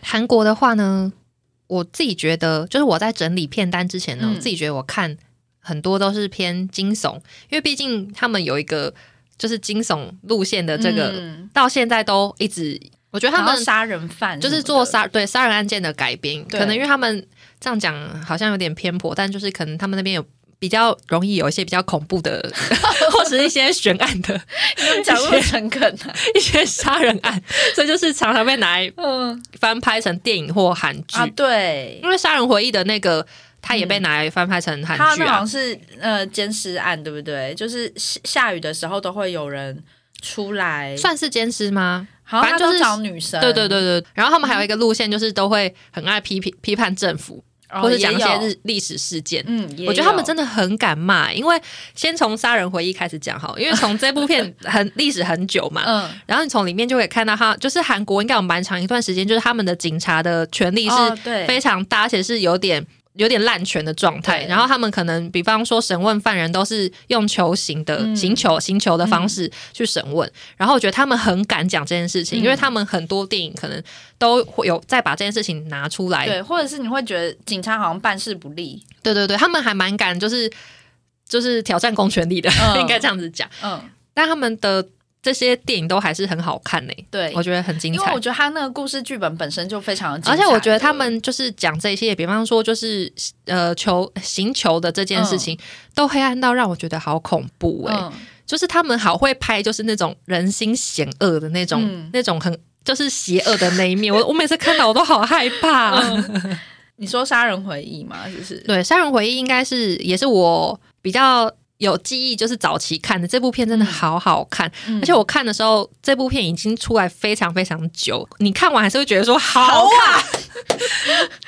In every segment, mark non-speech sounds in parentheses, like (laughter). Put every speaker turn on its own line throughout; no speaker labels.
韩国的话呢，我自己觉得，就是我在整理片单之前呢，
嗯
我自己觉得我看很多都是偏惊悚，因为毕竟他们有一个就是惊悚路线的这个，
嗯
到现在都一直，我觉得他
然后
们
杀人犯
就
什
是
么
做
的
杀对杀人案件的改编，
对
可能因为他们这样讲好像有点偏颇，但就是可能他们那边有。比较容易有一些比较恐怖
(laughs)
的，或者是一些悬案的
讲那么诚恳
(laughs)
啊，
一些杀人案，所以就是常常被拿来
嗯
翻拍成电影或韩剧。
啊，对，
因为《杀人回忆》的那个，他也被拿来翻拍成韩
他
剧
那好
啊。
像是呃奸尸案，对不对？就是下下雨的时候都会有人出来，
算是奸尸吗？
好像
反
他
正就是
都找女生，
对对，对对，然后他们还有一个路线，就是都会很爱批评批判政府，
哦
或者讲一些，
也有
日历史事件。
嗯，也
我觉得他们
有
真的很敢骂，因为先从《杀人回忆》开始讲好了，因为从这部片很历史很久
(laughs)
嘛，
嗯，
然后你从里面就可以看到他，就是韩国应该有蛮长一段时间，就是他们的警察的权力是
哦对
非常大，而且是有点有点滥权的状态。
对
然后他们可能，比方说审问犯人都是用求刑的、
嗯
刑求刑求的方式去审问。然后我觉得他们很敢讲这件事情，
嗯
因为他们很多电影可能都会有再把这件事情拿出来。
对，或者是你会觉得警察好像办事不力，
对对对他们还蛮敢，就是就是挑战公权力的，(laughs)
嗯
应该这样子讲。
嗯，
但他们的这些电影都还是很好看呢、
对
我。觉得很精
因
彩
为我。觉得他那个故事剧本本身就非常的精彩
而
了，
且我觉得他们就是讲这些，比方说就是呃求行求的这件事情，都黑暗到让我觉得好恐怖哎、
嗯，
就是他们好会拍，就是那种人心险恶的那种、
嗯
那种很就是邪恶的那一面。
(laughs)
我我每次看到我都好害怕。
嗯你说杀人回忆吗？是不是？
(laughs) 对，《杀人回忆》应该是也是我比较有记忆，就是早期看的这部片真的好好看，
嗯
而且我看的时候，这部片已经出来非常非常久，你看完还是会觉得说好啊，
(laughs)
怎么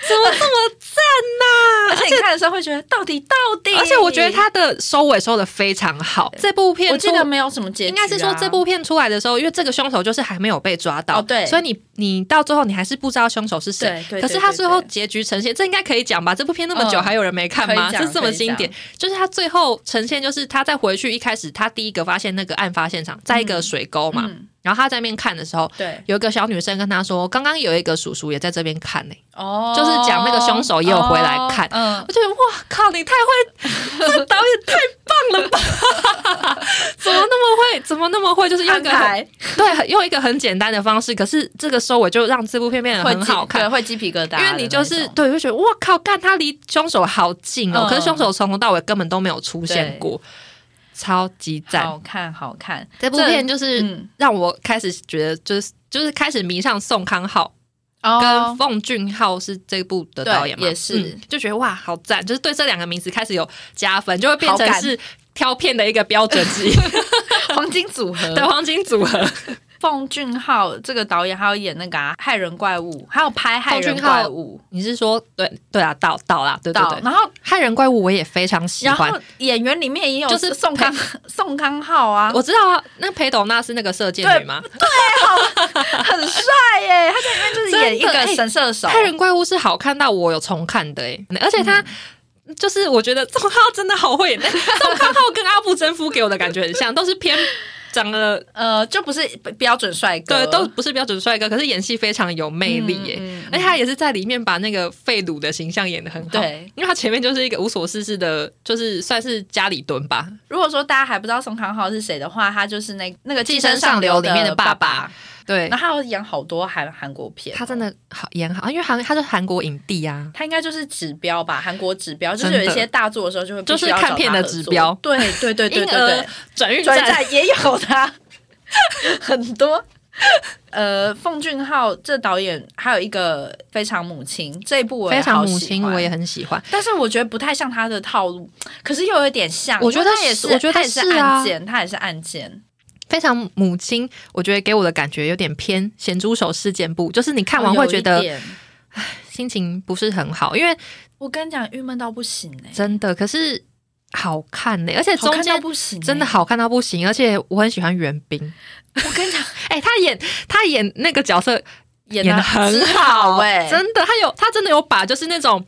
这么
(laughs) 而且你看的时候会觉得到底到底，
而且我觉得它的收尾收的非常好。这部片
我记
出
得没有什么结局啊、
应该是说这部片出来的时候，因为这个凶手就是还没有被抓到，
哦对
所以你你到最后你还是不知道凶手是谁。
对对对
可是他
对对
最后结局呈现，这应该可以讲吧？这部片那么久，
嗯
还有人没看吗？
可以讲
是这么经典，就是他最后呈现，就是他再回去一开始，他第一个发现那个案发现场，在一个水沟嘛，
嗯
然后他在那边看的时候。
对
有一个小女生跟他说：“刚刚有一个叔叔也在这边看呢、
哦，
就是讲那个凶手也有回来看
哦
我觉得哇靠，你太会，这导演太棒了吧？ (laughs) 怎么那么会？怎么那么会？就是
嗯，
用一
安
个很
排
对，很用一个很简单的方式，可是这个收尾就让这部片变得
会
很
鸡
好看
对，。会鸡皮疙瘩的
因
那种，
为你就是对，就觉得哇靠，干他离凶手好近哦，
嗯
可是凶手从头到尾根本都没有出现过，超级赞！
好看好看，
这部片就
这
是
嗯
让我开始觉得，就是就是开始迷上宋康昊跟
哦，
奉俊昊是这部的导演嘛，
对也是
嗯就觉得哇好赞，就是对这两个名字开始有加分，就会变成
好感
是挑片的一个标准之 (laughs) 一
(laughs) 黄金组合。
的黄金组合。
奉俊昊这个导演，还有演那个啊《害人怪物》，还有拍《害
奉
人
俊昊
怪物
(laughs) 你是说对对啊，导导啦，对》对
到，
对，
然后
害人怪物我也非常喜
然
欢
后。演员里面也有
就是
宋康 (laughs) 宋康昊啊，
我知道啊，那裴斗娜是那个射箭女吗？
很帅耶！他在里面就是演一
真的
个
哎
神射手，
害人怪物是好看到我有重看的诶、而且他、就是我觉得 (laughs) 宋康昊真的好会演，欸宋康昊跟阿布真夫给我的感觉很像，都是偏长得
呃，就不是标准帅哥，
对，都不是标准帅哥，可是演戏非常有魅力耶、
嗯嗯嗯
而且他也是在里面把那个废鲁的形象演得很好，
对。
因为他前面就是一个无所事事的，就是算是家里蹲吧，
如果说大家还不知道宋康昊是谁的话，他就是那那个《
寄
寄
生
生
上
上
流
流》
里面的
的
爸爸
爸，
对嗯
然后他有演好多韩韩国片，
他真。的好演好，因为韩他是韩国影帝啊，
他应该就是指标吧，韩国指标，就
真
是
的
有一些大作的时候就会必须要
就是看片的
找他合
指
作
标
对对对对对
婴儿
对，
转运
转
站
战也有他， (laughs) 很多。呃，奉俊昊这导演还有一个《非常母亲》这一部我也
非常
好喜
母亲，
欢
我也很喜欢。
但是我觉得不太像他的套路，可是又有点像。
我觉得
因为他也
是
是，
我觉得
他也是
是啊
案件，他也是案件。
非常母亲，我觉得给我的感觉有点偏《咸猪手事件簿》，就是你看完
哦
会觉
有一
得
点
心情不是很好，因为
我跟你讲，郁闷到不行哎、欸，
真的可是好看呢、而且
好
中
看到
间
不行欸、
真的好看到不行，而且我很喜欢袁冰，
我跟
(laughs)
你讲，
哎、他演他演那个角色
演
演
的
的很
好哎、
真的，他有他真的有把就是那种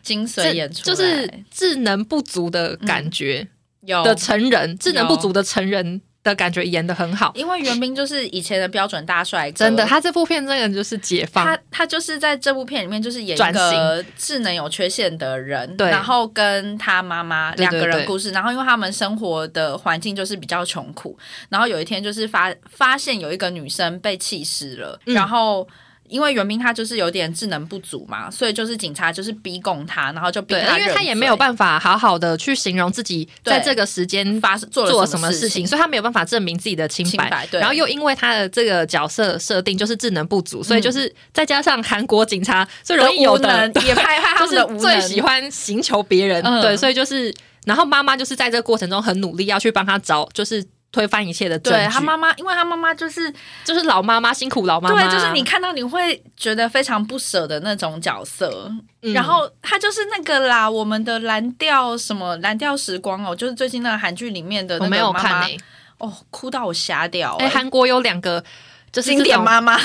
精髓
智
演
就
出来嗯哦
是智能不足的感觉
有
的成人，智能不足的成人的感觉演的很好，
因为袁冰就是以前的标准大帅哥，
真的，他这部片真的就是解放，
他他就是在这部片里面就是演一
转
个
型
智能有缺陷的人，
对
然后跟他妈妈
对
两
对
个人
对
故事，然后因为他们生活的环境就是比较穷苦，然后有一天就是发发现有一个女生被弃尸了，
嗯
然后。因为袁冰他就是有点智能不足嘛，所以就是警察就是逼供他，然后就逼
对，
他
因为
认
他也
罪
没有办法好好的去形容自己在
对
这个时间
发生做了
做
什
什
么
么
事
事情，所以他没有办法证明自己的清
清
白。
白，对，
然后又因为他的这个角色设定就是智能不足，所以就是再加上韩国警察最容易有
嗯无能
的，
也拍拍他
就
们的
是
无
最
能，
喜欢寻求别人，
嗯
对，所以就是，然后妈妈就是在这个过程中很努力要去帮他找，就是推翻一切的证据。
对他妈妈，因为他妈妈就是
就是老妈妈辛苦老妈妈，
对，就是你看到你会觉得非常不舍的那种角色。
嗯
然后他就是那个啦，我们的蓝调什么蓝调时光哦，就是最近那个韩剧里面的那
我
个
没有
妈
看
妈
诶、
哦，哭到我瞎掉、
哎、
哎、
韩国有两个。就是
经
这
典嗯
种
妈妈，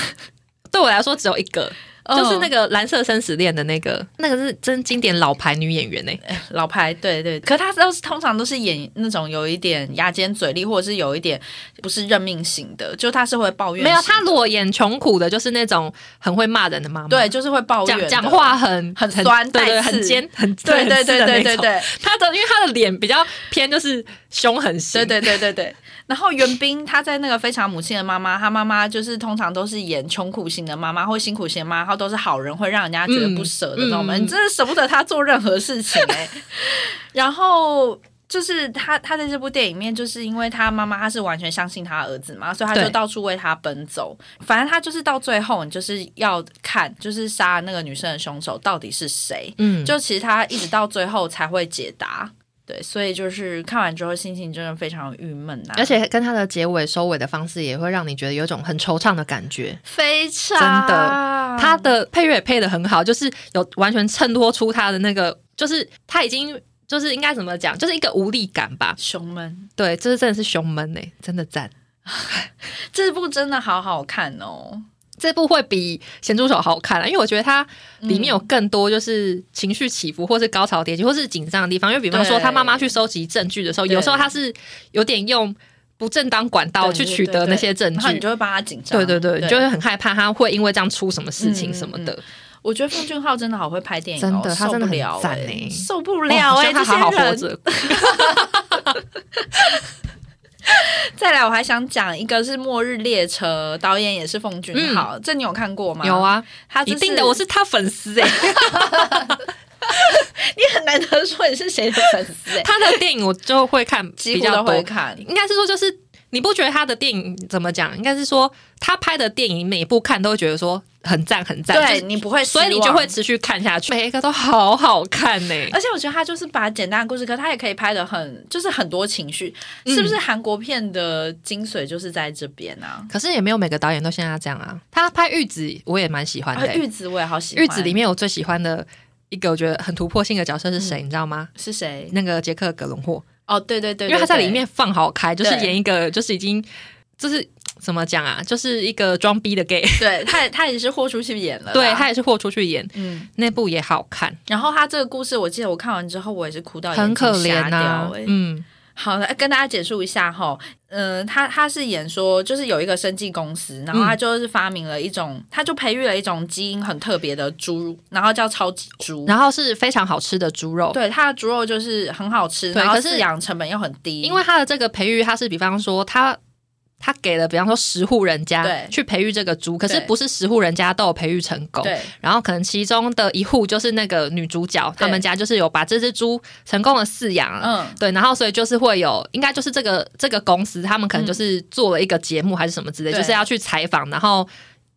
对我来说只有一个，就是那个
个
蓝色生死恋的那个，那个是真经典老牌女演员呢、欸
老牌，对对。可他都是通常都是演那种有一点牙尖嘴利，或者是有一点不是认命型的，就他是会抱怨型，
没有，她如果演穷苦的，就是那种很会骂人的妈妈，，
对，就是会抱怨
讲
的
讲，话很
很酸
对对，
带刺
很尖，很
对对
很刺
对对对。
的那种
对。
她的因为她的脸比较偏，就是凶狠型，
对对对对对。然后袁冰她在那个《非常母亲的妈妈》，她妈妈就是通常都是演穷苦型的妈妈或辛苦型的妈妈，她都是好人，会让人家觉得不舍的那种人，
嗯嗯
你真的舍不得她做任何事情哎、然后。就是她，她在这部电影里面，就是因为她妈妈，她是完全相信她儿子嘛，所以她就
对
到处为他奔走。反正她就是到最后，你就是要看，就是杀那个女生的凶手到底是谁。
嗯，
就其实他一直到最后才会解答。对，所以就是看完之后心情真的非常郁闷啊呐、
而且跟她的结尾收尾的方式也会让你觉得有一种很惆怅的感觉。
非常
真
嗯
的他的配乐也配的很好，就是有完全衬托出他的那个，就是他已经就是应该怎么讲，就是一个无力感吧。
胸闷，
对，这是真的是胸闷哎、真的赞。
这部真的好好看哦。
这部会比《咸猪手》好看啊，因为我觉得它里面有更多就是情绪起伏，或是高潮迭起，或是紧张的地方。因为比方说，
对
他妈妈去收集证据的时候，
对
有时候他是有点用不正当管道
对
啊去取得那些证
然后你
据。
就会帮他紧张。
对对对，你就会很害怕他会因为这样出什么事情什么的。
我觉得奉俊昊真的好会拍电影、
真
哦，
的他真的很
受不了
赞
哎、
欸
受不
不
了哎、
他
这些
好
人。
好活 (laughs) 着。
再来，我还想讲一个是《末日列车》，导演也是奉俊昊，这你有看过吗？
嗯有，啊，
他
一
这
定的，我是他粉丝 (laughs) 哎、
(laughs) 你很难得说你是谁的粉丝哎、
他的电影我就会看 (laughs)
几
比
乎都
较
会
多。
看。
应该是说，就是你不觉得他的电影怎么讲？应该是说他拍的电影每一部看都会觉得说很赞很赞，就
对
是
你不会失
所
望，
以你就会持续看下去，每一个都好好看欸呢、
而且我觉得他就是把简单的故事，可他也可以拍的很，就是很多情绪，
嗯
是不是？韩国片的精髓就是在这边啊。
(laughs) 可是也没有每个导演都像他这样啊。他拍《玉子》我也蛮喜欢的、欸
啊，玉子我也好喜欢。
玉子》里面我最喜欢的一个我觉得很突破性的角色是谁，你知道吗？
是谁？
那个杰克·格伦霍，
哦，对对对，
因为他在
对
里，面放好开，就是
对
演一个就是已经就是怎么讲啊，就是一个装逼的 gay，
对对他也他也是豁出去演了啦，
对他也是豁出去演，
嗯。
那部也好看，
然后他这个故事，我记得我看完之后，我也是哭到
很
哦眼睛
可怜
瞎掉
呐、
欸
嗯，
好的，跟大家简述一下哈，嗯、他他是演说，就是有一个生技公司，然
嗯
后他就是发明了一种，他就培育了一种基因很特别的猪，然后叫超级猪。
然后是非常好吃的猪肉。
对，它的猪肉就是很好吃，
哦对
然后
可是
饲养成本又很低，
因为它的这个培育，它是比方说它它给了比方说十户人
对
家去培育这个猪，可是
对
不是十户人家都有培育成功。
对
然后可能其中的一户就是那个女主角，
对
他们家就是有把这只猪成功的饲养了。
嗯。
对，然后所以就是会有，应该就是这个这个公司，他们可能就是做了一个节目还是什么之类，
嗯对
就是要去采访，然后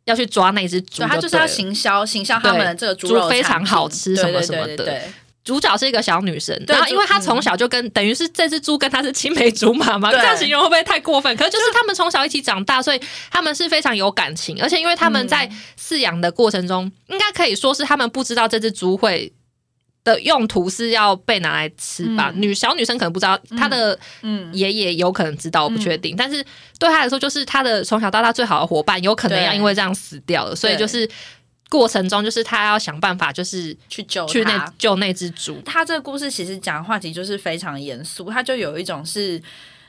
要去抓那只猪
所以它
就对
就是要
了
行销，行销他们的这个
猪
肉
非
产
常
品
好吃
对
什么
对
什么
对
的
对对
主角是一个小女生，
对
然后因为
就
她从小就跟、等于是这只猪跟她是青梅竹马嘛，
对
这样形容会不会太过分？可是就是他们从小一起长大，所以他们是非常有感情，而且因为他们
嗯
在饲养的过程中，应该可以说是他们不知道这只猪会。的用途是要被拿来吃吧，
嗯
女小女生可能不知道，她的
嗯，
爷爷有可能知道，我不确定。但是对她来说，就是她的从小到大最好的伙伴，有可能
对
要因为这样死掉了，所以
对
就是过程中，就是她要想办法，就是
去救
去那
它。
救那只猪。
他这个故事其实讲的话题就是非常严肃，他就有一种是。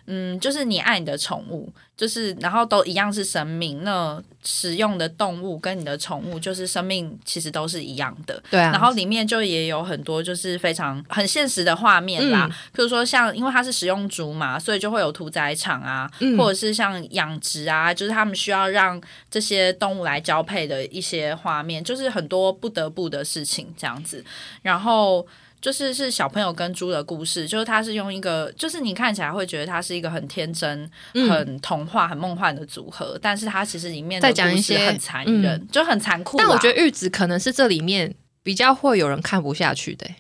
嗯，就是你爱你的宠物，就是然后都一样是生命，那使用的动物跟你的宠物就是生命其实都是一样的。
对啊，
然后里面就也有很多就是非常很现实的画面啦，
嗯
比如说像因为它是食用猪嘛，所以就会有屠宰场啊，
嗯
或者是像养殖啊，就是他们需要让这些动物来交配的一些画面，就是很多不得不的事情这样子。然后就是是小朋友跟猪的故事，就是它是用一个，就是你看起来会觉得它是一个很天真、
嗯
很童话、很梦幻的组合，但是它其实里面的
再讲
故
一
事
些嗯
很残忍，就很残酷啦。
但我觉得玉子可能是这里面比较会有人看不下去的、欸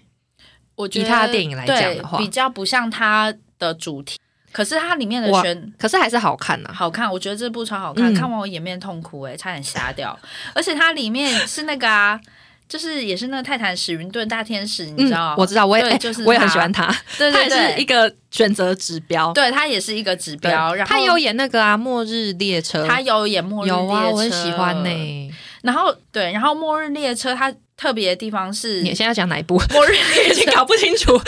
我觉得
以他的电影来讲的
对
话
比较不像它的主题，可是它里面的
哇
选
可是还是好看啊呐、
好看，我觉得这部超好看，
嗯
看完我颜面痛哭、欸，差点瞎掉。而且它里面是那个啊，就是也是那个泰坦史云顿大天使，嗯你知道？
我知道，我也、
对
哎
就
(laughs)
是
我也很
他
喜欢他，
对
(laughs)
对
他也是一
对，
个选择指标。
对它也是一个指
对
标。然后
他有演那个啊《末日列车》，
他有演末日列车，
有啊，我很喜欢呢、
然后对，然后末日列车它特别的地方是
你现在要讲哪一部？ (laughs)
末日
已
列
经
车，
搞不清楚。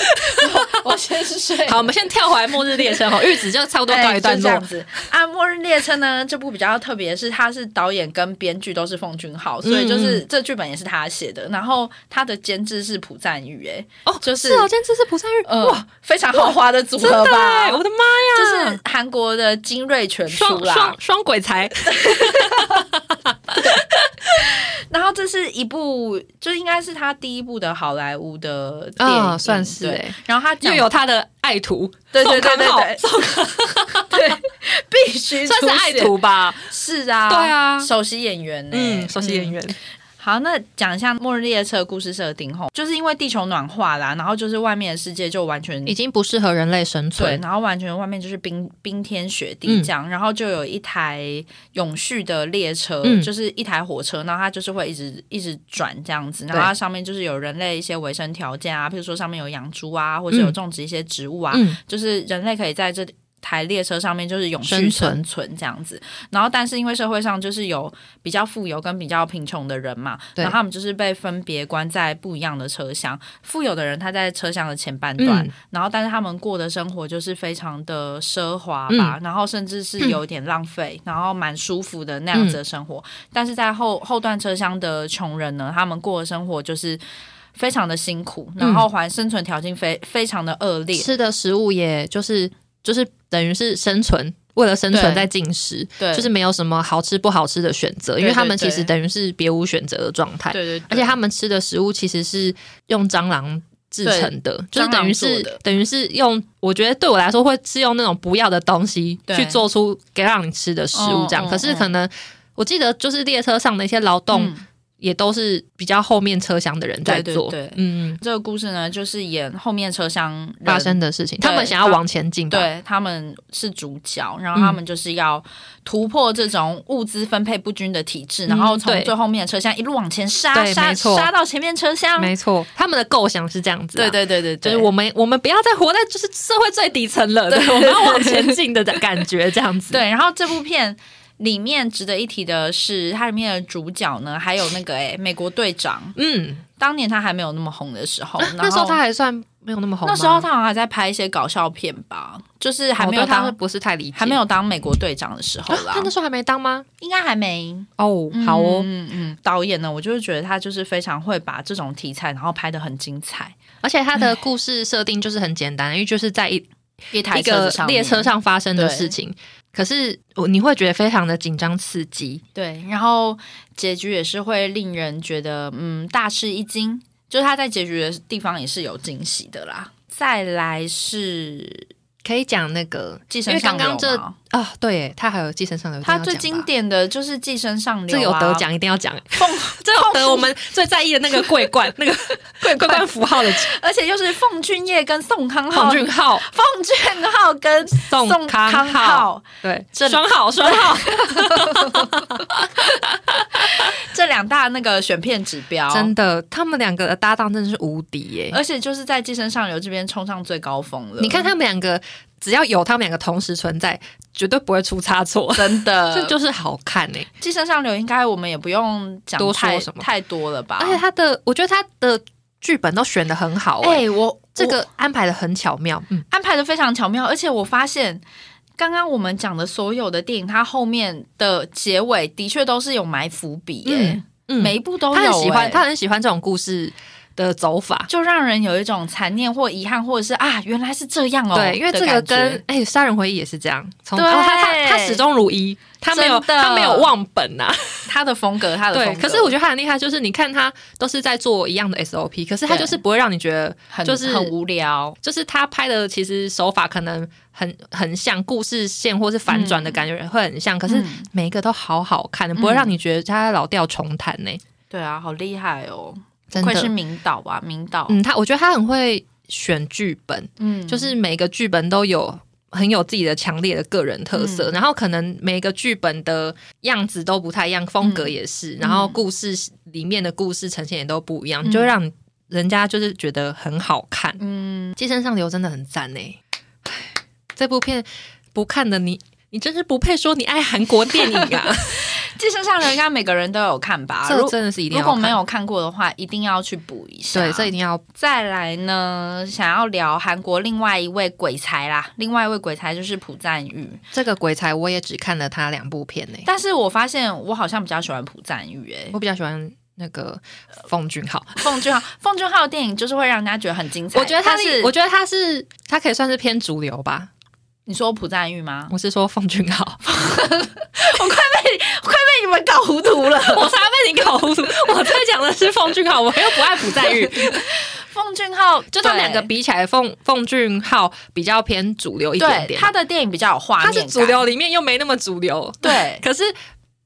我先 (laughs) 睡。
好，我们先跳回来《末日列车》哈，玉子就差不多
哎
告一段
就这
落。
样子啊，《末日列车》呢，这部比较特别，是它是导演跟编剧都是奉俊昊，所以
嗯
就是这剧本也是他写的，然后他的监制是朴赞玉，哎，
哦，
就是
哦，今天这是蒲善玉，
呃
哇，，
非常豪华的组
真的
合吧
哎，，我的妈
就
呀，
是韩国的精锐全出
双
啦
双。双鬼才，
然后这是一部，就应该是他第一部的好莱坞的电
啊，
影，
算是
对
哎，
然后他
又
讲
有他的爱徒，
对对对
宋
对
康昊
对， (laughs) 对，必须
算是
出
爱
现
徒吧？
是啊，
对啊
首席演员欸呢、
嗯，首席演员，
好，那讲一下《末日列车》的故事设定吼，就是因为地球暖化啦，然后就是外面的世界就完全
已经不适合人类生
对，
存。
然后完全外面就是冰冰天雪
嗯
地这样，然后就有一台永续的列车，
嗯
就是一台火车，然后它就是会一直一直转这样子，然后它上面就是有人类一些维生条件啊，譬如说上面有养猪啊，或者有
嗯
种植一些植物啊，
嗯，
就是人类可以在这台列车上面就是永续
生
生
存
存这样子。然后，但是因为社会上就是有比较富有跟比较贫穷的人嘛，
对
然后他们就是被分别关在不一样的车厢。富有的人他在车厢的前半段，
嗯
然后但是他们过的生活就是非常的奢华吧，
嗯
然后甚至是有点浪费，然后蛮舒服的那样子的生活。但是在后后段车厢的穷人呢，他们过的生活就是。非常的辛苦，然
嗯
后还生存条件非非常的恶劣，
吃的食物也就是就是等于是生存，为了生存
对
在进食，
对，
就是没有什么好吃不好吃的选择，因为
对
他们
对
其实
对
等于是别无选择的状态。
对对对，
而且他们吃的食物其实是用蟑螂制成的，就是
蟑螂
等于
做
是
的
等于是用，我觉得对我来说会是用那种不要的东西
对
去做出给让你吃的食物这样。
嗯嗯
可是可能、我记得就是列车上的一些劳动
嗯
也都是比较后面车厢的人在
对对
做，
对
嗯，
这个故事呢，就是演后面车厢人
发生的事情，
对
他们想要往前进吧。
对，他们是主角，然后他们就是要突破这种物资分配不均的体制，然后从
嗯对
最后面的车厢一路往前杀，
对
杀
没错
杀到前面车厢。
没错，他们的构想是这样子、啊，
对对对对，
就
对
是我们我们不要再活在就是社会最底层了，对，我们要往前进的感觉，这样子。
对。然后这部片里面值得一提的是，它里面的主角呢，还有那个诶、美国队长，
嗯，
当年他还没有那么红的时候，
那时候他
然后
还算没有那么红吗，
那时候他好像还在拍一些搞笑片吧，就是还没有
哦对
当、
他不是太理解，
还没有当美国队长的时候
啊
啦。
他那时候还没当吗？
应该还没
哦，好哦，
嗯嗯嗯导演呢，我就是觉得他就是非常会把这种题材，然后拍的很精彩。
而且他的故事设定就是很简单，因为就是在一
一台
一个
车子上面
列车，上发生的事情。可是我你会觉得非常的紧张刺激，
对，然后结局也是会令人觉得嗯大吃一惊，就是他在结局的地方也是有惊喜的啦。再来是
可以讲那个
寄
因
生
为
上
刚
流嘛
刚这啊，对耶，他还有寄生上流，
他
一定
最
要讲
经
吧。
典的就是《寄生上流、
这
啊》，
有得奖，一定要讲。
(laughs) 凤，
这有得我们最在意的那个桂 (laughs) 冠，那个桂桂冠哦符号的
而且又是凤俊业跟宋康昊，
黄俊浩、
奉俊昊跟
宋
宋
康
康
昊，
昊
对，
这
双
(laughs)
号双号，
这两大那个选片指标，
真的，他们两个的搭档真的是无敌耶、
而且就是在《寄生上流》这边冲上最高峰了。
你看他们两个，只要有他们两个同时存在，绝对不会出差错。
真
这
的，就《
就是好看哎、
寄生上流》应该我们也不用讲
多说
太
什么
太多了吧？
而且他的，我觉得他的剧本都选的很好哎、
哎、我
这个安排的很巧妙，嗯，
安排的非常巧妙，而且我发现。刚刚我们讲的所有的电影，它后面的结尾的确都是有埋伏笔、耶，
嗯
每一部都有、
他很喜欢，
哎
他很喜欢这种故事的走法。
就让人有一种残念或遗憾，或者是啊，原来是这样哦。
对，因为这个
的感
跟
觉
哎《杀人回忆》也是这样，从
对
然后他他他始终如一，他没有
真的
他没有忘本呐、
他的风格，他的
对
风，格，
可是我觉得他很厉害，就是你看他都是在做一样的 SOP，可是他
对
就是不会让你觉得，
很
就是
很无聊。
就是他拍的其实手法可能很很像故事线或是反转的感觉会很像，可是
嗯
每一个都好好看，不会让你觉得他老调重弹呢、
对啊，好厉害哦！
真
愧是
的。
明导啊，明导。
嗯，他我觉得他很会选剧本，
嗯，
就是每个剧本都有很有自己的强烈的个人特色，然后可能每个剧本的样子都不太一样，风格也是，然后故事里面的故事呈现也都不一样，
嗯
就会让人家就是觉得很好看。
嗯，
寄生上流真的很赞呢、唉这部片不看的你。你真是不配说你爱韩国电影 (laughs) 啊！
寄生上流应该每个人都有看吧？
这
如
真的是一定
如
要
果没
看
有看过的话，一定要去补一下。
对，这一定要
再来呢，想要聊韩国另外一位鬼才啦，另外一位鬼才就是朴赞玉。
这个鬼才，我也只看了他两部片呢、欸
但是我发现我好像比较喜欢朴赞玉、欸，
我比较喜欢那个奉俊昊，
奉俊昊，奉俊昊的电影就是会让人家觉得很精彩。
我觉得他
但
是，
是，
我觉得他是，他可以算是偏主流吧。
你说朴赞玉吗？
我是说奉俊昊， (laughs)
被你们搞糊涂了。
我才被你搞糊涂。我在讲的是奉俊昊，我又不爱朴 (laughs) 赞玉，
(laughs) 奉俊昊
就他们
对
两个比起来，奉奉俊昊比较偏主流一点
对
点。
他的电影比较有画面
他
感，
是主
(laughs)
流里面又没那么主流，
对
可是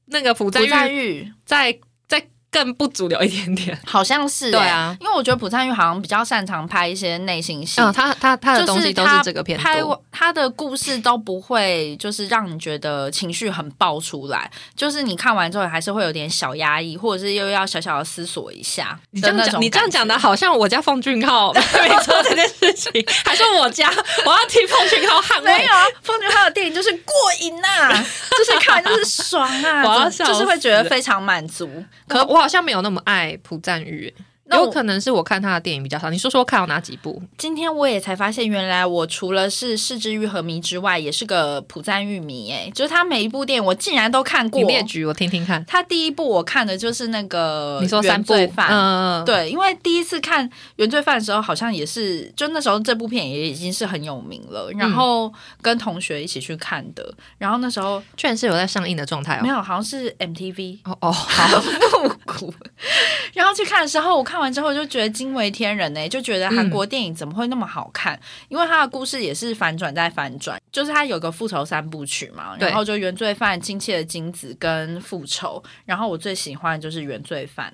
那个朴赞
朴赞
玉
玉
再再更不主流一点点。
好像是、欸、
对啊，
因为我觉得朴赞玉好像比较擅长拍一些内心戏。
嗯，他他他的东西都
就是他
这个片
拍
多。
完他的故事都不会，就是让你觉得情绪很爆出来，就是你看完之后还是会有点小压抑，或者是又要小小的思索一下
你这
的
样
那
讲，
种。
你这样讲的，好像我家奉俊 (laughs) 昊没做这件事情，还说我家我要替奉俊昊捍
(laughs) 没
卫
有
(laughs)
啊，奉俊昊的电影就是过瘾呐、就是看完就是爽
我要
啊，
笑
就
死
是会觉得非常满足。
可我好像没有那么爱朴赞玉，
那
有
我
可能是我看他的电影比较少。你说说看有哪几部？
今天我也才发现，原来我除了是四之玉和迷之外，也是个朴赞玉迷哎、就是他每一部电影我竟然都看过
你。列举我听听看。
他第一部我看的就是那个
你说三
呃原
部
罪犯，
嗯，
对，因为第一次看《原罪犯》的时候，好像也是就那时候这部片也已经是很有名了，然后跟同学一起去看的，然后那时候
居然是有在上映的状态
没
哦。
有，好像是 MTV
哦哦，
(laughs)
好，
复古，然后去看的时候，我看完之后就觉得惊为天人呢、欸就觉得
嗯
韩国电影怎么会那么好看？因为它的故事也是反转再反转，就是它有个复仇三部曲嘛，
对
然后就原罪犯、亲切的金子跟复仇，然后我最喜欢的就是原罪犯。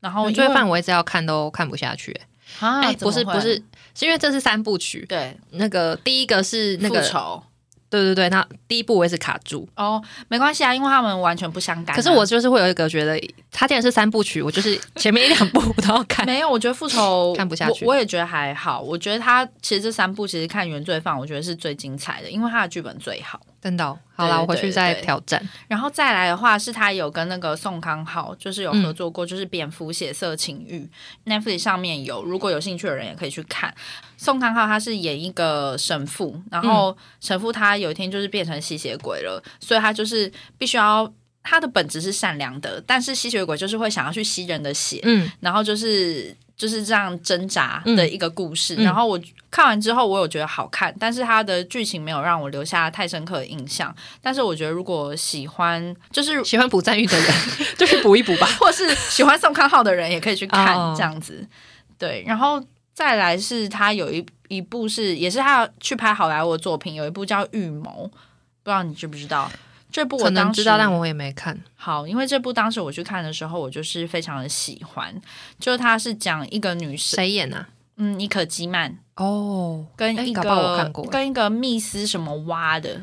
然后
我
因
罪
为
犯我一直要看都看不下去。
啊，
哎，
怎
不
么
是不
会
是，是因为这是三部曲，
对，
那个第一个是那个
复，仇
对对对，那第一部我也是卡住。
哦，没关系啊，因为他们完全不相干啊、
可是我就是会有一个觉得，他既然是三部曲，我就是前面一两部我都要看。
(laughs) 没有，我觉得复仇
(laughs) 看不下去
我，我也觉得还好。我觉得他其实这三部其实看《原罪犯》，我觉得是最精彩的，因为他的剧本最好。
真的哦，好
对
啦，
对
我回
对
去
对
再
对
挑战。
然后再来的话，是他有跟那个宋康昊就是
嗯
有合作过，就是《蝙蝠血色情欲》Netflix 上面有，如果有兴趣的人也可以去看。宋康昊他是演一个神父，然
嗯
后神父他有一天就是变成吸血鬼了，所以他就是必须要。他的本质是善良的，但是吸血鬼就是会想要去吸人的血，
嗯，
然后就是就是这样挣扎的一个故事。
嗯嗯
然后我看完之后，我有觉得好看，但是它的剧情没有让我留下太深刻的印象。但是我觉得如果喜欢，就是 (laughs)
喜欢朴赞玉的人 (laughs) 就去补一补吧。
或是喜欢宋康昊的人，也可以去看
哦
这样子。对，然后再来是他有一一部是也是他去拍好莱坞的作品，有一部叫《预谋》，不知道你知不知道？这部
可
我
能
当时
知道，但我也没看。
好，因为这部当时我去看的时候，我就是非常的喜欢，就是它是讲一个女生。
谁演啊？
嗯，妮可基曼
哦，
跟
哎
一
搞
个、
不好我看过
跟一个密斯什么
(laughs)
蛙的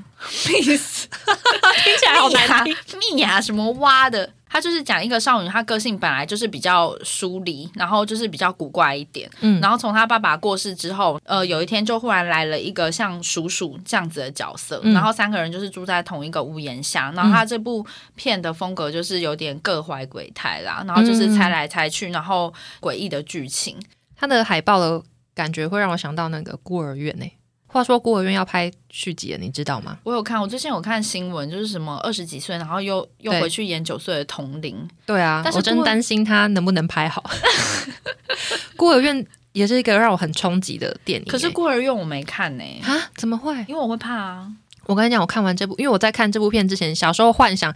密斯
听起来好难听。
密雅什么蛙的，她就是讲一个少女，她个性本来就是比较疏离，然后就是比较古怪一点，
嗯
然后从她爸爸过世之后，呃，有一天就忽然来了一个像叔叔这样子的角色，
嗯
然后三个人就是住在同一个屋檐下，然后她这部片的风格就是有点各怀
嗯
鬼胎啦，然后就是猜来猜去，然后诡异的剧情，
它的海报的感觉会让我想到那个孤儿院呢、欸话说孤儿院要拍续集了，你知道吗？
我有看，我之前有看新闻，就是什么二十几岁，然后又又
对
回去演九岁的同龄，
对啊，
但是
我真
孤儿
担心他能不能拍 (laughs) 好。孤儿院也是一个让我很冲击的电影欸、
可是孤儿院我没看呢、
啊，怎么会？
(laughs) 因为我会怕啊。
我跟你讲，我看完这部，因为我在看这部片之前，小时候幻想，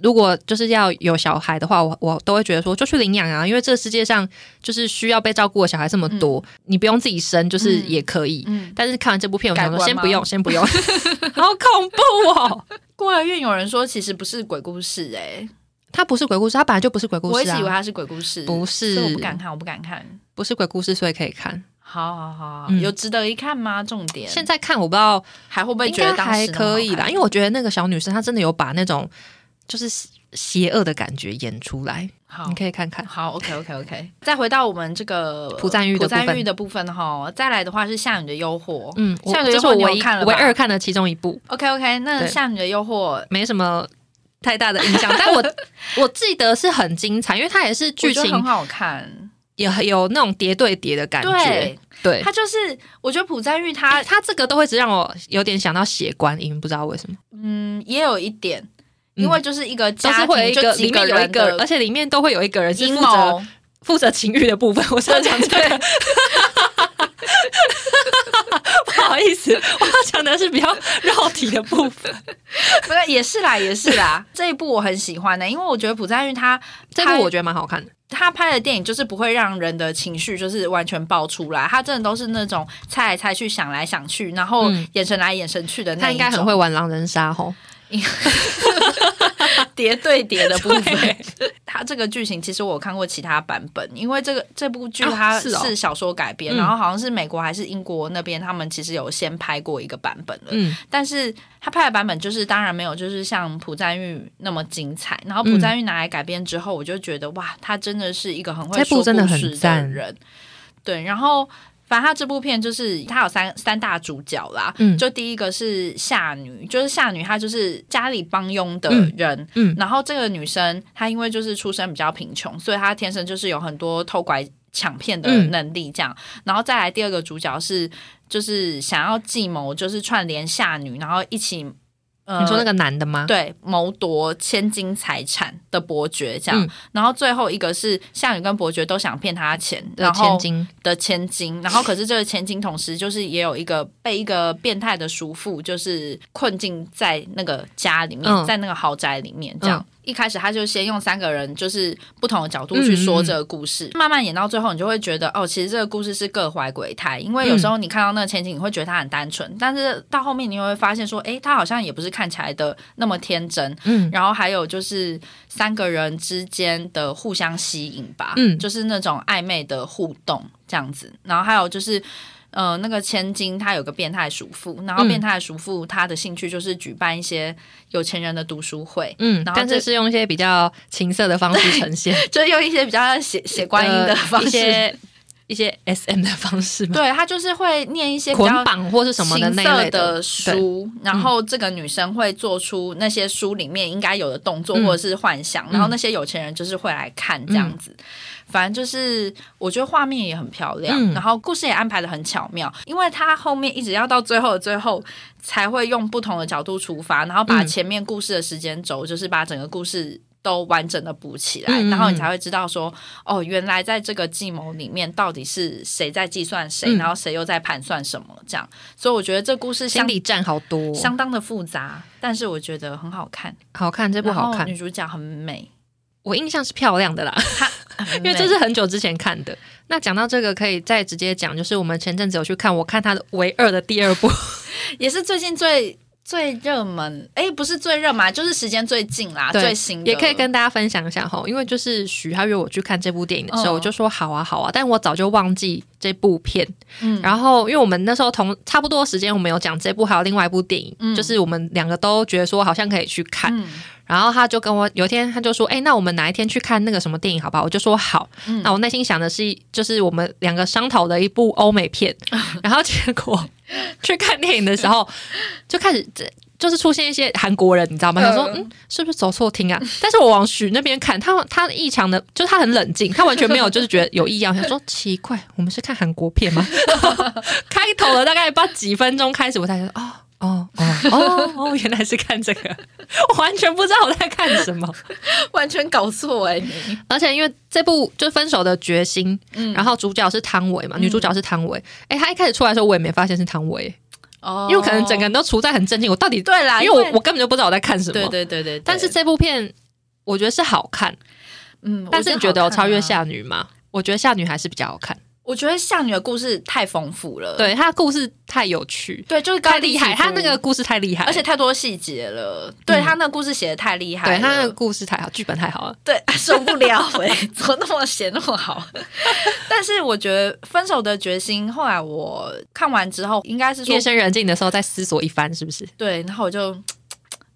如果就是要有小孩的话，我我都会觉得说，就去领养啊，因为这个世界上就是需要被照顾的小孩这么多，你不用自己生，就是也可以。
嗯，
但是看完这部片，我想
改
说，
观
先
吗
不用，先不 (laughs) 用，好恐怖哦！
孤儿院有人说其实不是鬼故事哎、
它不是鬼故事，它本来就不是鬼故
我一
事
直以为
啊，
它是鬼故事，
不是
所以我不敢看，我不敢看。
不是鬼故事，所以可以看。
好好好，
嗯
有值得一看吗？重点
现在看我不知道，
还会不会
应
觉得
该
当时
还可以啦，因为
我
我觉得那个小女生她真的有把那种就是邪恶的感觉演出来，
好
你可以看看。
好，OK OK OK。再回到我们这个
朴赞郁的
朴
部分
赞玉的部分哈，再来的话是《夏女的诱惑》
嗯，我
夏女的
这
诱
是我
惑你有
唯一
看了吧
唯二看的其中一部，
OK OK，那《
对
夏女的诱惑》
没什么太大的印象，但 (laughs) 我我记得是很精彩，因为它也是剧
我觉得很
情
好看，
也很有那种叠对叠的感觉
对。，
对，
他就是我觉得朴赞玉
它
他
它啊这个都会一直让我有点想到血观音，不知道为什么，
嗯也有一点，
嗯
因为就是一个
都
家
是会有
庭
一
就
个
几
里面有一
人
个，而
的
且里面都会有一个人是
阴
负责
谋，
负责情欲的部分。我是要
(laughs)
讲 (laughs) 这个，不好意思，我要讲的是比较肉体的部分。
(laughs) 不是也是啦也是啦。 (laughs) 这一部我很喜欢的、因为我觉得朴赞玉他
这部我觉得蛮好看的，
他拍的电影就是不会让人的情绪就是完全爆出来，他真的都是那种猜来猜去、想来想去，然后
嗯
眼神来眼神去的那
他
一
应
种
该很会玩狼人杀吼。
(laughs) 叠对叠的部分
(laughs) 对。
他这个剧情其实我有看过其他版本，因为这个这部剧
啊
它
是哦
是小说改编，
嗯
然后好像是美国还是英国那边他们其实有先拍过一个版本了，
嗯，
但是他拍的版本就是当然没有就是像朴赞玉那么精彩。然后朴赞玉拿来改编之后，我就觉得哇，他真的是一个很会
这部
说
真的
故
很
事的
赞
人。对，然后反正他这部片就是他有三三大主角啦，
嗯
就第一个是夏女，就是夏女她就是家里帮佣的
嗯
人，
嗯
然后这个女生她因为就是出身比较贫穷，所以她天生就是有很多偷拐抢骗的
嗯
能力这样。然后再来第二个主角是就是想要计谋，就是串联下女，然后一起呃，
你说那个男的吗？
对谋夺千金财产的伯爵这样。
嗯
然后最后一个是夏女跟伯爵都想骗她钱，
的
然
千
后
金，
的千金，然后可是这个千金同时就是也有一个被一个变态的叔父就是困境在那个家里面，
嗯
在那个豪宅里面这样。
嗯
一开始他就先用三个人就是不同的角度去说这个故
嗯
事，慢慢演到最后，你就会觉得哦，其实这个故事是各怀鬼胎。因为有时候你看到那个千金，你会觉得他很单
嗯
纯，但是到后面你会发现说，诶，他好像也不是看起来的那么天真。
嗯，
然后还有就是三个人之间的互相吸引吧，
嗯
就是那种暧昧的互动这样子。然后还有就是。呃，那个千金她有个变态叔父，然后
嗯
变态叔父他的兴趣就是举办一些有钱人的读书会，
嗯，
然后
但
这
是是用一些比较情色的方式呈现，
就是用一些比较写写观音的
呃
方
一
式。
些一些 SM 的方式嘛，
对他就是会念一些比较
捆绑或是什么的
情
那一
色
类的
的，书，然后这个女生会做出那些书里面应该有的动作
嗯
或者是幻想，
嗯
然后那些有钱人就是会来看这样子。反正就是我觉得画面也很漂亮，
嗯
然后故事也安排的很巧妙，因为他后面一直要到最后的最后才会用不同的角度出发，然后把
嗯
前面故事的时间轴，就是把整个故事。都完整的补起来，
嗯嗯嗯
然后你才会知道说，哦，原来在这个计谋里面到底是谁在计算谁，
嗯
然后谁又在盘算什么这样。所以我觉得这故事
心
相
理战好多哦，
相当的复杂，但是我觉得很好看，
好看这部好
然后
看，
女主角
(laughs)
很美，
我印象是漂亮的啦，因
因
为这是很久之前看的。那讲到这个，可以再直接讲，就是我们前阵子有去看，我看他的《唯二》的第二部，(laughs)
嗯也是最近最最热门，哎，不是最热门啊，就是时间最近啦，
对
最新的
也可以跟大家分享一下哈。因为就是许他约我去看这部电影的时候，
嗯
我就说好啊好啊，但我早就忘记这部片。
嗯
然后因为我们那时候同差不多时间，我们有讲这部还有另外一部电影，
嗯
就是我们两个都觉得说好像可以去看。
嗯
然后他就跟我有一天他就说，哎、那我们哪一天去看那个什么电影好不好？我就说好。
嗯
那我内心想的是，就是我们两个商讨的一部欧美片，然后结果去看电影的时候就开始这。就是出现一些韩国人，你知道吗？
嗯
想说嗯，是不是走错厅啊？但是我往许那边看，他他异常的，就是他很冷静，他完全没有就是觉得有异样。想说奇怪，我们是看韩国片吗？ (laughs) 开头了大概不知道几分钟开始，我才觉得哦。哦哦哦哦！原来是看这个，我完全不知道我在看什么。
完全搞错哎、你
而且因为这部就分手的决心，然后主角是汤唯嘛，女主角是汤唯。哎、她一开始出来的时候，我也没发现是汤唯，
哦
(laughs) 因为我可能整个人都处在很震惊，我到底
对啦，
啊因为
因
我我根本就不知道我在看什么。
对对对对对，
但是这部片我觉得是好看，
嗯，
但是你觉得
我
有
好看啊
超越？夏女吗？我觉得夏女还是比较好看，
我觉得夏女的故事太丰富了，
对她的故事太有趣，
对，就是
太
高低
厉害，
起伏
她那个。故事太厉害，
而且太多细节了，对他那个故事写的太厉害了，
嗯对她那个故事太好，剧本太好了。
对， (laughs) 受不了哎、 (laughs) 怎么那么写那么好？ (laughs) 但是我觉得《分手的决心》后来我看完之后，应该是说
夜深人静的时候再思索一番，是不是？
对，然后我就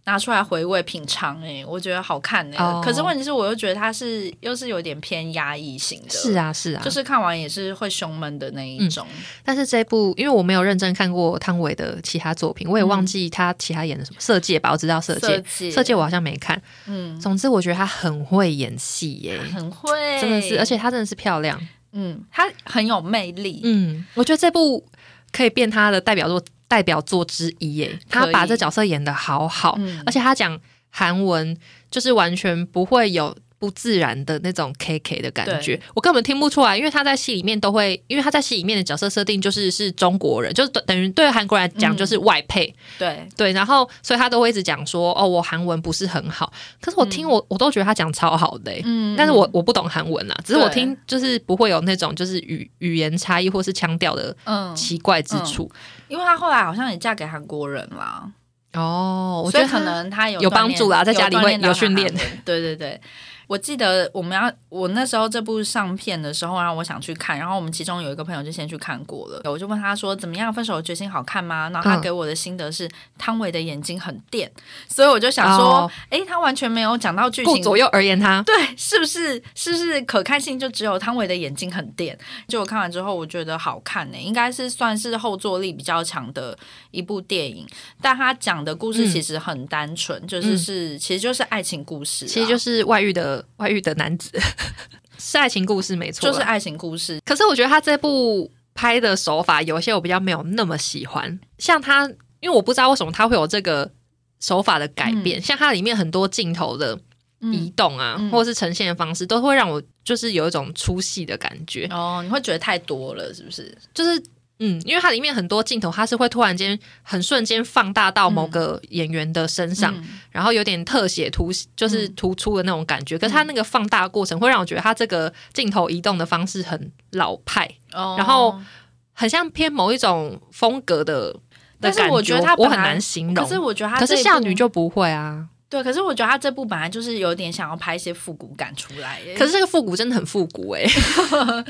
拿出来回味品尝哎、我觉得好看哎、
哦
可是问题是，我又觉得它是又是有点偏压抑型的，
是啊，嗯是啊，
就是看完也是会胸闷的那一种。
但是这一部，因为我没有认真看过汤唯的其他作品，我也忘记他其他演的什么《色戒》吧，我知道《色戒》
色戒
色戒》我好像没看。
嗯，
总之，我觉得他很会演戏耶，
很会，
真的是，而且她真的是漂亮。
嗯，它很有魅力。
嗯，我觉得这部可以变她的代表作代表作之一耶，她
可以
把这角色演的好好，
嗯
而且她讲韩文就是完全不会有。不自然的那种 K K 的感觉
对，
我根本听不出来，因为她在戏里面都会，因为她在戏里面的角色设定就是是中国人，就是等于对韩国人来讲
嗯
就是外配，
对，
对，然后所以她都会一直讲说，哦，我韩文不是很好，可是我听我、我都觉得她讲超好的、欸，
嗯
但是我我不懂韩文啦，啊只是我
对
听就是不会有那种就是语语言差异或是腔调的
嗯，
奇怪之处。
因为她后来好像也嫁给韩国人啦，
哦，我
所
觉
以
得她
可能她有
有
锻炼
帮助啦在家里会有训练。
锻炼到她韩文对对对。我记得我们要，我那时候这部上片的时候，然啊后我想去看，然后我们其中有一个朋友就先去看过了，我就问他说怎么样，《分手的决心》好看吗？然后他
嗯
给我的心得是、汤唯的眼睛很电，所以我就想说
哦，
诶，他完全没有讲到剧
顾
情
左右而言她，
对，是不是是不是可看性就只有汤唯的眼睛很电？就我看完之后，我觉得好看呢、应该是算是后坐力比较强的一部电影。但他讲的故事
嗯
其实很单纯，就是是、其实就是爱情故事啊、
其实就是是外遇的外遇的男子，是爱情故事没错啊
就
啦，
是爱情故事。
啊可是我觉得他这部拍的手法有一些我比较没有那么喜欢，像他，因为我不知道为什么他会有这个手法的改变，像它里面很多镜头的移
嗯，
动啊，
嗯
或者是呈现的方式，都会让我就是有一种出戏的感觉，
哦，你会觉得太多了，是不是？
就是。嗯，因为它里面很多镜头，它是会突然间很瞬间放大到某个演员的身上，
嗯
然后有点特写突，就是突出的那种感觉。可是它那个放大的过程，
嗯
会让我觉得它这个镜头移动的方式很老派，
哦
然后很像偏某一种风格的，
但是
的感
我
我
觉得他本
我
来
很难形容。
可是我觉得他
可是
这一
夏
部
女就不会啊。
对，可是我觉得他这部本来就是有点想要拍一些复古感出来欸耶、
可是这个复古真的很复古哎、欸，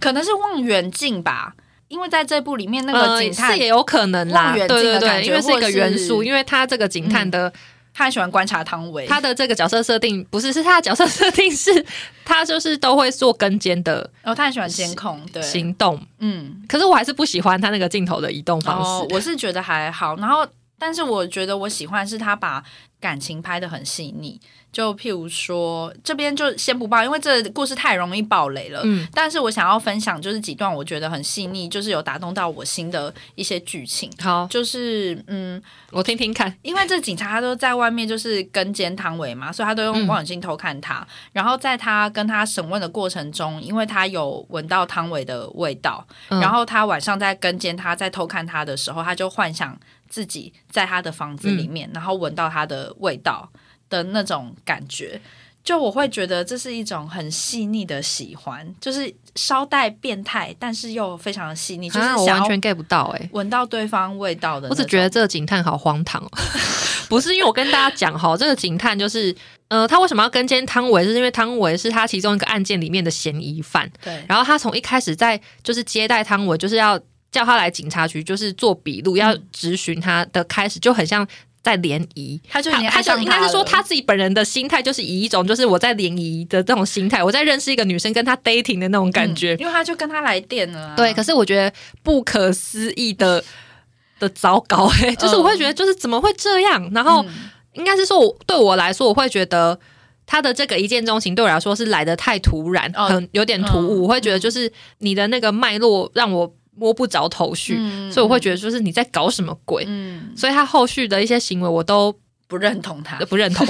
可能是望远镜吧，因为在这部里面那个
(laughs) 呃
警探、
是也有可能啦，
望远
对
镜的
对
感
对，
觉
因为是一
或者
个元素，
是
因为他这个警探的、
他很喜欢观察汤唯，
他的这个角色设定不是是他的角色设定是他就是都会做跟监的
然后哦他很喜欢监控，对，
行动，
嗯，
可是我还是不喜欢他那个镜头的移动方式。
哦，我是觉得还好，然后但是我觉得我喜欢是他把感情拍的很细腻，就譬如说这边就先不爆，因为这个故事太容易爆雷了。
嗯
但是我想要分享就是几段我觉得很细腻，就是有打动到我心的一些剧情。
好，
就是嗯，
我听听看。
因为这警察他都在外面就是跟监汤唯嘛，所以他都用
嗯
望远镜偷看他。然后在他跟他审问的过程中，因为他有闻到汤唯的味道，
嗯
然后他晚上在跟监他，在偷看他的时候，他就幻想自己在他的房子里
嗯
面，然后闻到他的味道的那种感觉。就我会觉得这是一种很细腻的喜欢，就是稍带变态，但是又非常的细腻，就是
啊，我
想
完
要
全 get 不到哎、
闻到对方味道的那种。
我只觉得这个警探好荒唐哦， (laughs) 不是因为我跟大家讲哈，这个警探就是，呃，他为什么要跟监汤唯，是因为汤唯是他其中一个案件里面的嫌疑犯，
对，
然后他从一开始在就是接待汤唯，就是要叫他来警察局，就是做笔录，要
嗯
质询他的开始，就很像在联谊。
他就已
他
经
他
爱
就
上
应该是说
了
他自己本人的心态，就是以一种就是我在联谊的这种心态，我在认识一个女生跟她 dating 的那
嗯
种感觉。
嗯因为他就跟他来电了、啊。
对，可是我觉得不可思议的的糟糕、 (laughs) 欸，哎，就是我会觉得，就是怎么会这样？然
嗯
后应该是说我，对我来说，我会觉得他的这个一见钟情对我来说是来的太突然，
哦
很有点突兀，我会觉得就是你的那个脉络让我摸不着头绪，
嗯
所以我会觉得就是你在搞什么鬼？
嗯
所以他后续的一些行为我都
不认同他。
不认同，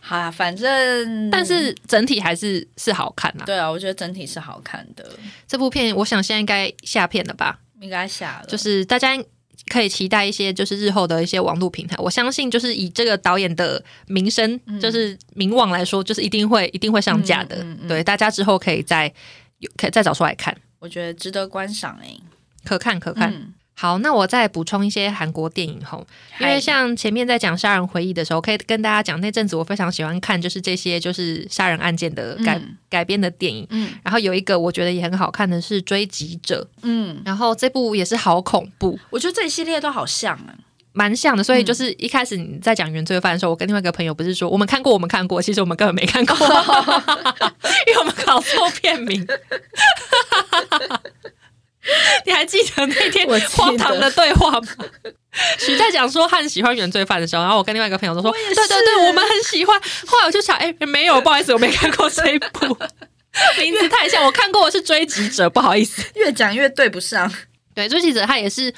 好啦，反正
但是整体还是是好看啦。
对啊，我觉得整体是好看的，
这部片我想现在应该下片了吧？
应该下了。
就是大家可以期待一些，就是日后的一些网络平台。我相信，就是以这个导演的名声，就是名望来说，就是一定会一定会上架的。
嗯嗯嗯
对，大家之后可以再有可以再找出来看，
我觉得值得观赏哎、欸，
可看可看。
嗯
好，那我再补充一些韩国电影吼，因
嗨
为像前面在讲杀人回忆的时候，可以跟大家讲那阵子我非常喜欢看，就是这些就是杀人案件的改、
嗯
改编的电影。
嗯
然后有一个我觉得也很好看的是《追击者》，
嗯，
然后这部也是好恐怖，
我觉得这一系列都好像啊，
蛮像的，所
嗯
以就是一开始你在讲原罪犯的时候，我跟另外一个朋友不是说我们看过，我们看过，其实我们根本没看过，因为我们搞错片名。 (laughs) 你还记得那天
我记得
荒唐的对话吗？许在讲说汉喜欢原罪犯的时候，然后我跟另外一个朋友都说，
我也是
对对对，我们很喜欢。后来我就想，哎、没有，不好意思，我没看过这一部，
(laughs)
名字太像。我看过的是《追击者》，不好意思。
越讲越对不上。
对，追击者他也是，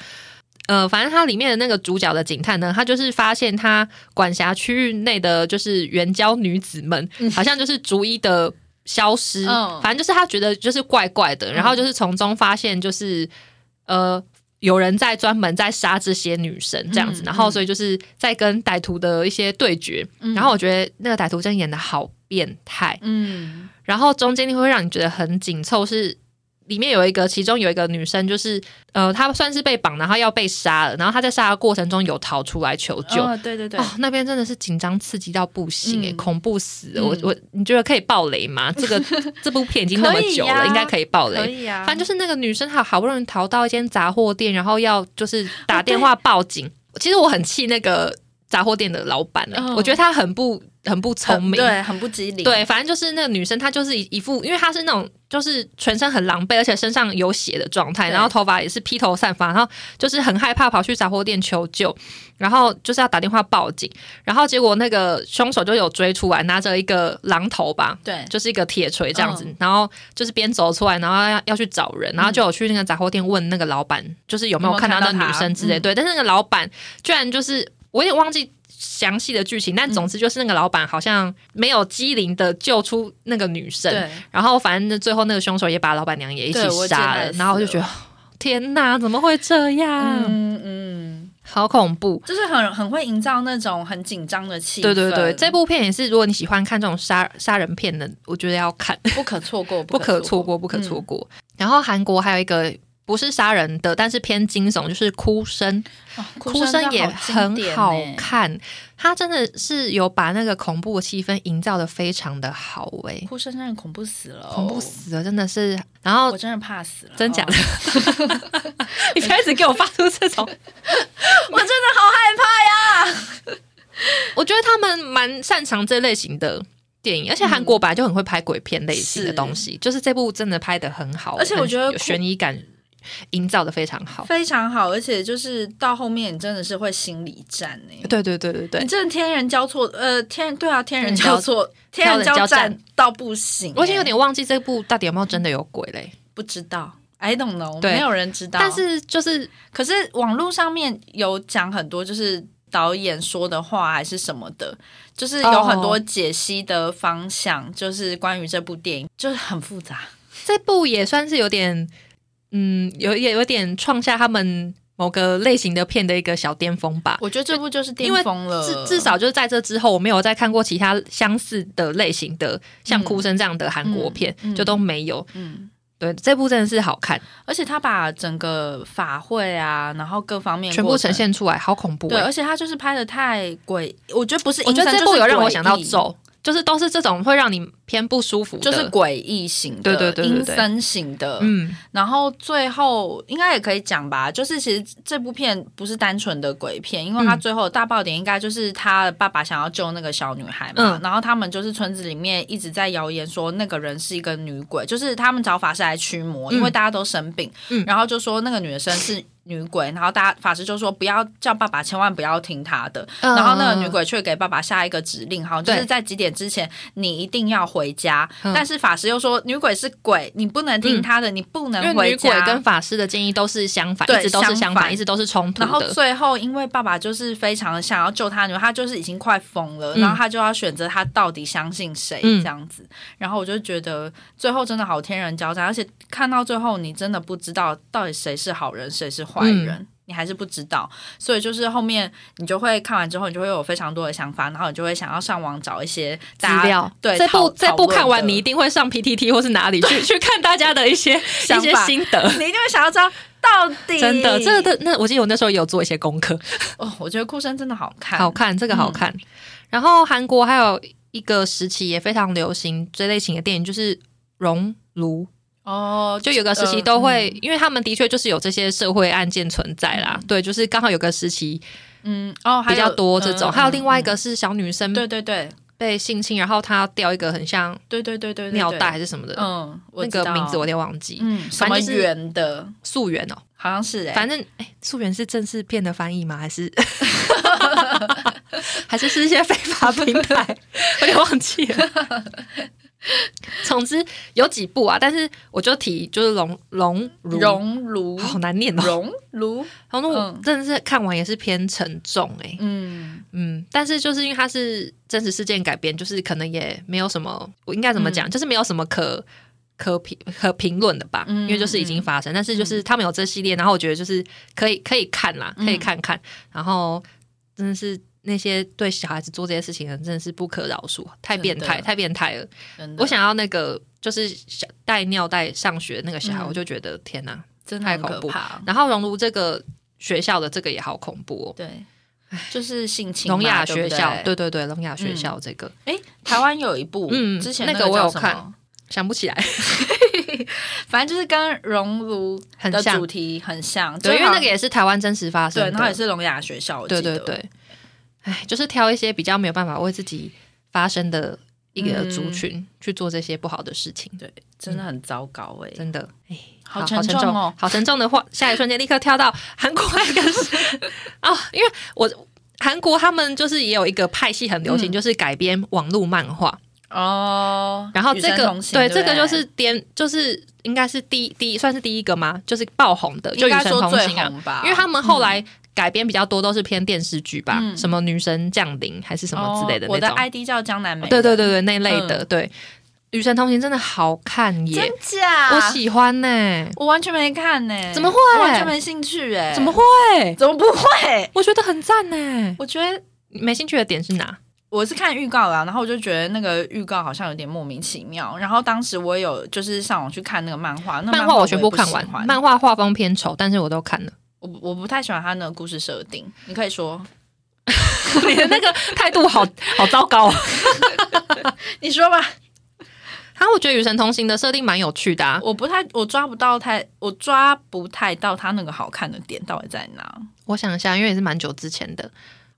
呃，反正他里面的那个主角的警探呢，他就是发现他管辖区域内的就是援交女子们，好像就是逐一的消失，
嗯
反正就是他觉得就是怪怪的，然后就是从中发现就是呃。有人在专门在杀这些女生这样子，
嗯
然后所以就是在跟歹徒的一些对决，然后我觉得那个歹徒真的演的好变态，
嗯
然后中间会让你觉得很紧凑，是里面有一个，其中有一个女生，就是呃，她算是被绑，然后要被杀了，然后她在杀的过程中有逃出来求救。
哦，对对对，
哦，那边真的是紧张刺激到不行哎、
嗯
恐怖死了！
嗯
我我你觉得可以爆雷吗？这
(laughs)
个这部片已经那么久
可以呀啊
了，应该可以爆
可
雷。
以啊，
反正就是那个女生，她好不容易逃到一间杂货店，然后要就是打电话报警。其实我很气那个杂货店的老板欸
嗯
我觉得他很不很不聪
很
明，
呃对，很不机灵，
对，，反正就是那个女生，她就是一一副，因为她是那种就是全身很狼狈，而且身上有血的状态，
对
然后头发也是披头散发，然后就是很害怕，跑去杂货店求救，然后就是要打电话报警，然后结果那个凶手就有追出来，拿着一个榔头吧。
对，
就是一个铁锤这样子，
嗯
然后就是边走出来，然后要要去找人，然后就有去那个杂货店问那个老板，就是有没有
有没有
看到
看到
那个女
她
生之类。
嗯
对，但是那个老板居然就是我有点忘记详细的剧情，但
嗯
总之就是那个老板好像没有机灵的救出那个女生，
对，
然后反正最后那个凶手也把老板娘也一起
对我记得
杀
她
了，
也死
然后我就觉得哦天哪，怎么会这样？
嗯嗯，
好恐怖！
就是很很会营造那种很紧张的气氛，
对对对，这部片也是，如果你喜欢看这种杀杀人片的，我觉得要看。
不可错过，嗯
不可错
错
过，不可错过。然后韩国还有一个不是杀人的，但是偏惊悚，就是哭声，
哦
哭声也很
真的好
好
经典欸。
看。它真的是有把那个恐怖的气氛营造的非常的好、诶，
哭声真的恐怖死了，哦
恐怖！死了，真的是。然后
我真的怕死了，
真假的 (laughs)
哦
你开始给我发出这
(laughs)
种，
我真的好害怕呀！
我觉得他们蛮擅长这类型的。电影，而且韩国本来就很会拍鬼片类型的
嗯是
东西，就是这部真的拍的很好，
而且我觉得
很有悬疑感营造的非常好。
非常好，而且就是到后面你真的是会心理战哎、
对对对对对
你，真的天人交错，呃，天对啊，天人
天人交
交错，天
交
人交
战
战到不行欸、
我已经有点忘记这部到底有没有真的有鬼嘞、
不知道，I don't know，
对
没有人知道。
但是就是
可是网络上面有讲很多，就是导演说的话还是什么的，就是有很多解析的方向，就是关于这部电影，就是很复杂。
这部也算是有点，嗯，有也有点创下他们某个类型的片的一个小巅峰吧。
我觉得这部就是巅峰了，
至至少就是在这之后，我没有再看过其他相似的类型的，像《哭声》这样的韩国片，
嗯嗯
就都没有。
嗯。
对，这部真的是好看，
而且他把整个法会啊，然后各方面
全部
过程
呈。现出来，好恐怖、
对，
欸！
而且他就是拍的太诡，我觉得不是
我
阴
觉
森，
得这部
就是
有让我
诡
想到
异，
咒，就是都是这种会让你偏不舒服的，
就是诡异型的，
对对对对
阴
对
森型的，
嗯，
然后最后应该也可以讲吧，就是其实这部片不是单纯的鬼片，因为它
嗯
最后的大爆点应该就是他的爸爸想要救那个小女孩嘛，
嗯
然后他们就是村子里面一直在谣言说那个人是一个女鬼，就是他们找法师来驱魔，因为
嗯
大家都生病，
嗯
然后就说那个女生是女鬼，然后大家法师就说不要叫爸爸，千万不要听他的。
嗯
然后那个女鬼却给爸爸下一个指令，好像就
对
是在几点之前你一定要回家。
嗯
但是法师又说女鬼是鬼，你不能听
嗯
她的，你不能
因为
回
女鬼
家。
跟法师的建议都是相反，
对
一直都是
相
相
反
反，一直都是冲突
然后
的。
最后，因为爸爸就是非常想要救他女儿，他就是已经快疯了，
嗯
然后他就要选择他到底相信谁
嗯
这样子。然后我就觉得最后真的好天人交战，而且看到最后，你真的不知道到底谁是好人，谁是坏人。
嗯
你还是不知道，所以就是后面你就会看完之后，你就会有非常多的想法，然后你就会想要上网找一些
资
大家
料
对
这部
讨
这部看
讨论
完，
的
你一定会上 PTT 或是哪里去去看大家的一
(laughs)
些一
想
些
法
心得。
你一定会想要知道到底
真的，这个的那我记得我那时候也有做一些功课，
哦，我觉得哭声真的好看，嗯
好看，这个好看。然后韩国还有一个时期也非常流行这类型的电影，就是《熔炉
哦》，，
就有个时期
呃
都
嗯
会，因为他们的确就是有这些社会案件存在啦。对，就是刚好有个时期
嗯，哦，还
比较
有
多这种。
嗯
还有另外一
嗯
个是小女生
嗯对对对
被性侵，然后她要掉一个很像
对对对对对
尿袋
对
还是什么的，
嗯，我
那
知道
个名字我有点忘记。
嗯什
反
么
正就是
圆的，
素媛哦，
好像是哎，
反正哎，素媛是正式片的翻译吗？还
(laughs)
是 (laughs) 还是是一些非法平
(laughs)
台？我有点忘记了。总之有几部啊，但是我就提就是龙龙如，
熔炉
好难念哦。
熔炉，
然后我
嗯
真的是看完也是偏沉重哎、
嗯
嗯，但是就是因为它是真实事件改编，就是可能也没有什么，我应该怎么讲，就是没有什么可可评可评论的吧，
嗯
因为就是已经发生。但是就是他们有这系列，然后我觉得就是可以可以看啦，
嗯
可以看看。然后真的是那些对小孩子做这些事情的人真的是不可饶恕，太变
真
态，
的
太变态了。
真的
我想要那个就是小带尿带上学那个小孩，
嗯
我就觉得天哪。
真的
太
很可
恐怖
怕，
然后熔炉这个学校的这个也好恐怖哦。
对，就是性侵嘛
聋哑
对
学
不对
校，对对对，聋哑学校这个、
哎，台湾有一部，
嗯
之前
那
个
个我
叫
有
什
看
么，
想不起来，
反正就是跟熔炉
很
的
像
主题很像，
对，因
就
为
好
那个也是台湾真实发生的，
对，然后也是聋哑学校，我
对
记
对
得，
对，哎，就是挑一些比较没有办法为自己发声的一个
嗯
族群、去做这些不好的事情，
真的很糟糕哎，
真的，哎，
好
好
沉
重
重哦
好沉重的话，下一瞬间立刻跳到韩国那个是啊、因为我。韩国他们就是也有一个派系很流行，
嗯
就是改编网络漫画。
哦，
然后
与
这
神
个
同行
对
对
这个
不
就是颠，就是应该是第一第一算是第一个吗？就是爆红的，就
应
与
该
神
说
同
最
行啊。
红吧，
因为他们后来改编比较多都是偏电视剧吧，
嗯
什么女神降临还是什么之类的
哦
那
我的
种。
ID 叫江南美人，嗯
对对对对，那类的、对。女神同行真的好看耶，
假
我喜欢呢、
我完全没看呢、
怎么会
我完全没兴趣哎、
怎么会？
怎么不会？
我觉得很赞呢、
我觉得
没兴趣的点是哪？
我是看预告啦，然后我就觉得那个预告好像有点莫名其妙。然后当时我也有就是上网去看那个漫画，那
漫
画
画
我
我
也
全部
不
看
喜
完，
欢
漫画画风偏丑，但是我都
(laughs)
看了。
我不我不太喜欢他那个故事设定。你可以说，
你的那个态度
(laughs)
好好糟糕、哦。
你说吧。
哈，我觉得与神同行的设定蛮有趣的啊。
我不太我抓不到太我抓不太到他那个好看的点到底在哪。
我想一下，因为也是蛮久之前的，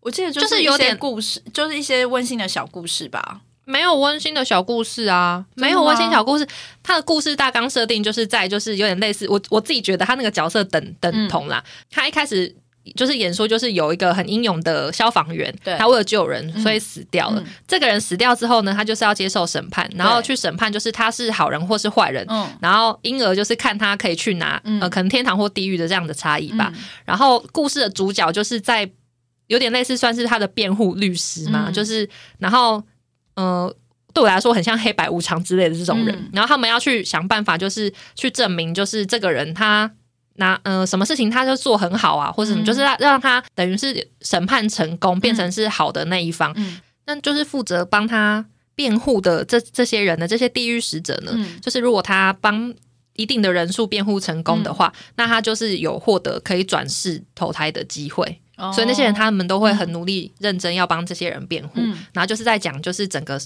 我记得
就是是
一
有
些
点
故事，就是一些温馨的小故事吧。
没有温馨的小故事啊，
真的吗
没有温馨小故事。他的故事大纲设定就是在就是有点类似我我自己觉得他那个角色等
嗯
等同啦。他一开始就是演说就是有一个很英勇的消防员
对，
他为了救人
嗯
所以死掉了。
嗯
这个人死掉之后呢，他就是要接受审判，然后去审判就是他是好人或是坏人。
嗯，
然后，因而就是看他可以去哪，
嗯
呃，可能天堂或地狱的这样的差异吧。
嗯
然后故事的主角就是在有点类似算是他的辩护律师嘛，
嗯
就是然后呃。对我来说，很像黑白无常之类的这种人。
嗯
然后他们要去想办法，就是去证明，就是这个人他拿呃什么事情他就做很好啊，或者什么，
嗯
就是让让他等于是审判成功，变成是好的那一方。
嗯
那就是负责帮他辩护的这这些人呢，这些地狱使者呢，
嗯
就是如果他帮一定的人数辩护成功的
嗯
话，那他就是有获得可以转世投胎的机会。
哦
所以那些人他们都会很努力、认真要帮这些人辩护，
嗯
然后就是在讲就是整个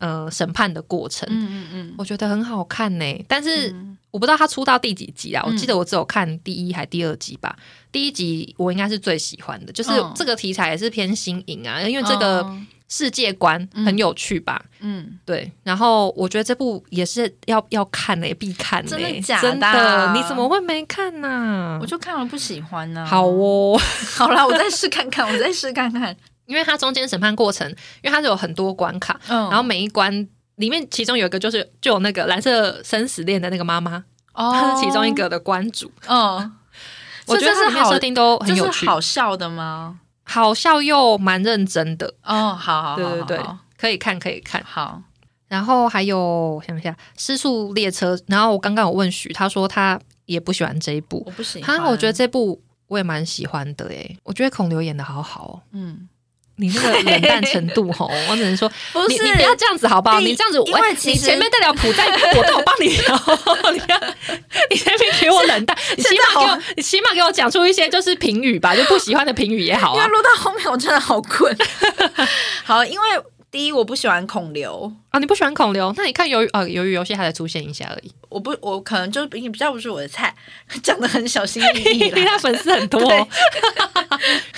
呃审判的过程。
嗯嗯嗯
我觉得很好看呢、但是
嗯
我不知道他出到第几集啦。
嗯
我记得我只有看第一还第二集吧。第一集我应该是最喜欢的，就是
嗯
这个题材也是偏新颖啊，因为这个
嗯
世界观，很有趣吧？
嗯，
对，然后我觉得这部也是要要看嘞、必看嘞、
真的假的
真的你怎么会没看呢、
我就看了不喜欢呢、
好，哦，
(laughs)
(laughs)
好啦，我再试看看，我再试看看。
因为它中间审判过程，因为它是有很多关卡，
(laughs) 嗯，
然后每一关里面其中有一个就是就有那个蓝色生死恋的那个妈妈，
哦
她是其中一，个的关主。
嗯，
我觉得
所以
它里
这是
面
好
设，定都很有
这
趣，
是好笑的吗？
好笑又蛮认真的，
哦，好好，好
对对对
好
可以看可以看。
好，
然后还有我想一下《失速列车》，然后我刚刚有问许，他说他也不喜欢这一部，
我不喜欢，
哈，我觉得，这部我也蛮喜欢的诶，我觉得孔刘演的好好哦。
嗯，
你那个冷淡程度吼，我只能说，
(laughs) 不
你你不要这样子好不好？
第一
你这样子，
因为
喂
其
你
实
前面在聊普在，我都有帮你 (laughs) 聊，你不要你前面给我冷淡，你起码给
(laughs) 现在
我，你起码给我讲出一些就是评语吧，就不喜欢的评语也好
因 (laughs)
啊
为。录到后面我真的好
(laughs)
困。好，因为第一我不喜欢孔刘，
啊，你不喜欢孔刘，那你看鱿鱼呃鱿鱼游戏它才出现一下而
(laughs)
已，
我不我可能就比比较不是我的菜， (laughs) 讲的很小心翼翼
(laughs) 因为
啦。
它粉丝很多
对
哦，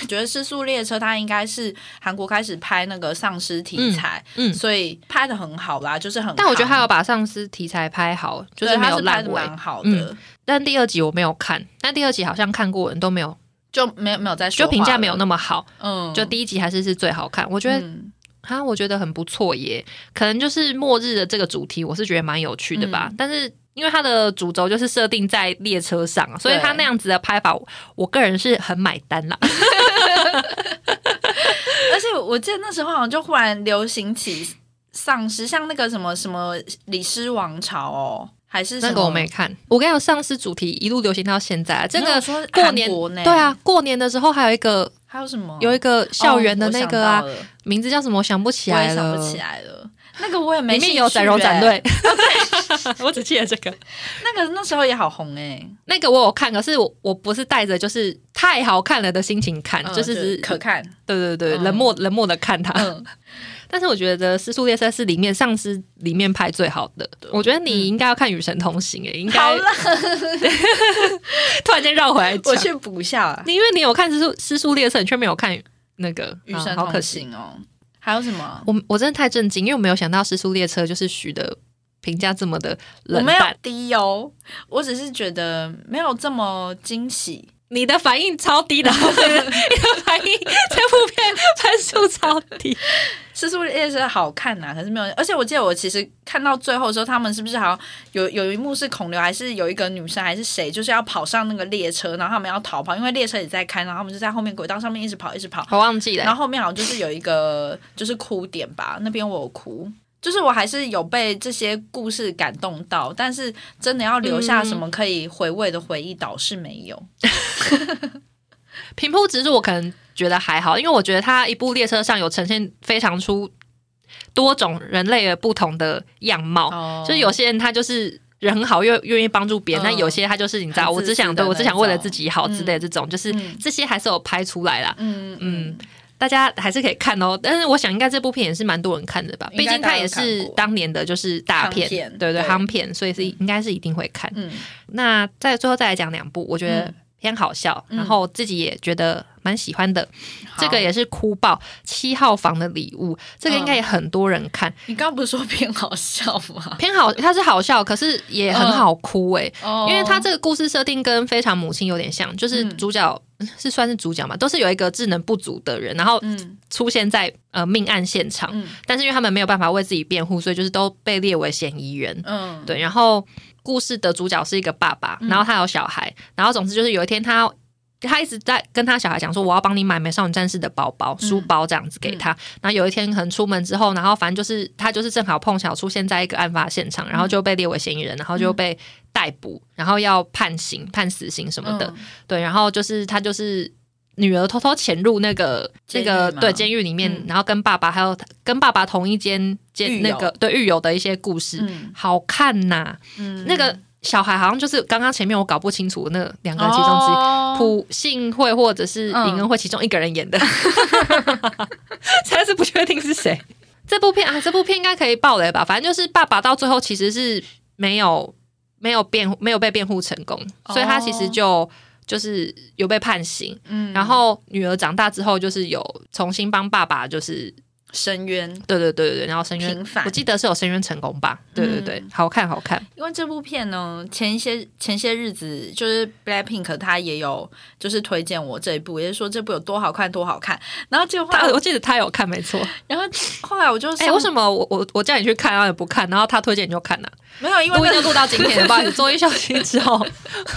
觉得《失速列车》它应该是韩国开始拍那个丧尸题材，
嗯嗯
所以拍的很好啦，就是很夯。
但我觉得他有把上司题材拍好，就是没有
对它拍
烂
的
尾。
蛮好的，
嗯但第二集我没有看，但第二集好像看过的人都没有，
就没有没有在说
就
话了，
评价没有那么好。
嗯，
就第一集还是是最好看，我觉得
嗯
哈、我觉得很不错耶。可能就是末日的这个主题，我是觉得蛮有趣的吧。
嗯
但是因为它的主轴就是设定在列车上啊，所以它那样子的拍法，我我个人是很买单啦。
而且我记得那时候好像就忽然流行起丧尸，像那个什么什么李尸王朝哦，还是什么
那个我没看，我跟你讲，上次主题一路流行到现在啊，这
没有
个
说
过年
韩国呢
对啊，过年的时候还有一个
还有什么
有一个校园的
哦
那个啊
我，想到了
名字叫什么？我想不起
我
来
也
了，
想不起来了。那个我也没
里
兴
面
趣
有展荣展
欸， (laughs)
队， (laughs) 我只记得这个。
那个那时候也好红哎，
那个我有看，可是我我不是带着就是太好看了的心情看，
嗯
就是只
可看。
对对对，
嗯
冷漠冷漠的看它。
嗯，
(laughs) 但是我觉得《失速列车》是里面上司里面拍最好的，我觉得你应该要看《与神同行》诶，应
嗯
该
好了，
(laughs) 突然间绕回来讲
我。去补一下
你因为你有看《失速失速列车》，你却没有看那个
《与
啊
神
好可
同
惜。
行》哦。还有什么？
我我真的太震惊，因为我没有想到《失速列车》就是许的评价这么的
我
冷
没有
淡。
低哦，我只是觉得没有这么惊喜。
你的反应超低的，你的反应这部片分数超 (laughs) 低。
《失速列车》好看呐、可是没有。而且我记得我其实看到最后的时候，他们是不是好像有有一幕是孔刘，还是有一个女生，还是谁，就是要跑上那个列车，然后他们要逃跑，因为列车也在开，然后他们就在后面轨道上面一直跑，一直跑。
我忘记了
然，后后面好像就是有一个 (laughs) 就是哭点吧，那边我有哭，就是我还是有被这些故事感动到，但是真的要
嗯
留下什么可以回味的回忆，倒是没有。
平铺直述，我可能觉得还好，因为我觉得它一部列车上有呈现非常出多种人类的不同的样貌，
哦
就是有些人他就是。人很好，又愿意帮助别人，
嗯
但有些他就是你知道，
很
我
自私
只想
的
对我只想
那
为了
种
自己好之类的这种，就是
嗯
这些还是有拍出来啦，
嗯
嗯
嗯，
大家还是可以看哦。但是我想应该这部片也是蛮多人看的吧，
应
毕
该
竟
大
它
家
也
都看
是
过
当年的就是大片，
夯片
对对，
对
夯片，所以是应该是一定会看。
嗯，
那再最后再来讲两部，我觉得
嗯
偏好笑，
嗯
然后自己也觉得蛮喜欢的。
好嗯
这个也是哭爆七号房的礼物，这个应该也很多人看，
你刚刚不是说偏好笑
(laughs)
吗？
偏好它是好笑，可是也
嗯
很好哭欸诶、
哦
因为它这个故事设定跟《非常母亲》有点像，就是
嗯
主角、是算是主角嘛，都是有一个智能不足的人，然后
嗯
出现在呃命案现场，
嗯
但是因为他们没有办法为自己辩护，所以就是都被列为嫌疑人。
嗯，
对，然后故事的主角是一个爸爸，然后他有小孩，然后总之就是有一天他。他一直在跟他小孩讲说，我要帮你买美少女战士的包包、书包这样子给他。然后有一天可能出门之后，然后反正就是他就是正好碰巧出现在一个案发现场，然后就被列为嫌疑人，然后就被逮捕，然后要判刑、判死刑什么的。
嗯
对，然后就是他就是女儿偷偷潜入那个那
监狱
个
吗
对监狱里面，
嗯
然后跟爸爸还有跟爸爸同一间监
狱
那
友
个对狱友的一些故事，
嗯
好看呐、
嗯
那个小孩好像就是刚刚前面我搞不清楚那两个人其中之一。
哦
普信会或者是尹恩惠其中一个人演的，实在是不确定是谁。 (laughs) 这部片啊，这部片应该可以爆雷吧？反正就是爸爸到最后其实是没有没有辩没有被辩护成功，
哦
所以他其实就就是有被判刑。
嗯
然后女儿长大之后，就是有重新帮爸爸就是
深渊，
对对对对对，然后深渊
平凡
我记得是有深渊成功吧？对对对，好看好看，
因为这部片呢，前一些前些日子就是 Blackpink 他也有就是推荐我这一部，也是说这部有多好看多好看，然后结果后
他
来
我记得他有看没错。
然后后来我就
哎、
上
为什么我我我叫你去看，然后你不看，然后他推荐你就看呢、啊
没有因为
录音
那
就录到今天，不好意思，周一休息之后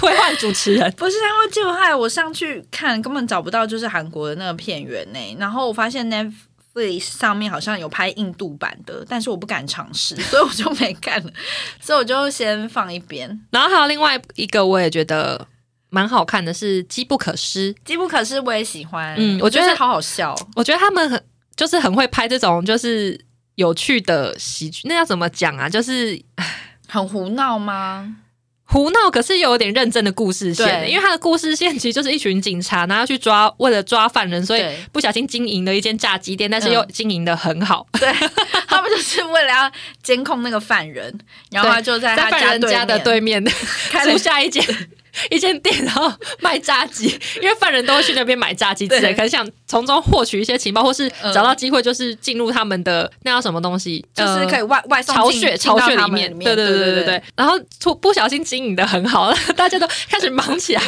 会换主持人。
不是，然后结果后来我上去看，根本找不到就是韩国的那个片源呢、然后我发现 Netflix 上面好像有拍印度版的，但是我不敢尝
(laughs)
试，所以我就没看了，所以我就先放一边。
(laughs) 然后还有另外一个，我也觉得蛮好看的是《机不可失》，
机不可失我也喜欢，
嗯我觉得
就是好好笑，
我觉得他们很就是很会拍这种就是有趣的喜剧，那要怎么讲啊？就是
很胡
(laughs)
闹吗？
胡闹，可是又有点认真的故事线，
对
因为他的故事线其实就是一群警察，然后去抓为了抓犯人，所以
对。
不小心经营了一间炸鸡店，但是又经营的很好，
他们就是为了要监控那个犯人，然后他就在
在
他
犯人家的
对面
对面
开了
租下一间 (laughs) 一间店，然后卖炸鸡，因为犯人都会去那边买炸鸡之类，
对
可能想从中获取一些情报，或是
嗯
找到机会，就是进入他们的那叫什么东西，
就是可
以。
以外外送
呃巢
进
穴，
进到
巢穴
他
里
们
面，
里
对
对
对对
对
对对。然后出不小心经营的很好， (laughs) 大家都开始忙起
(laughs)
来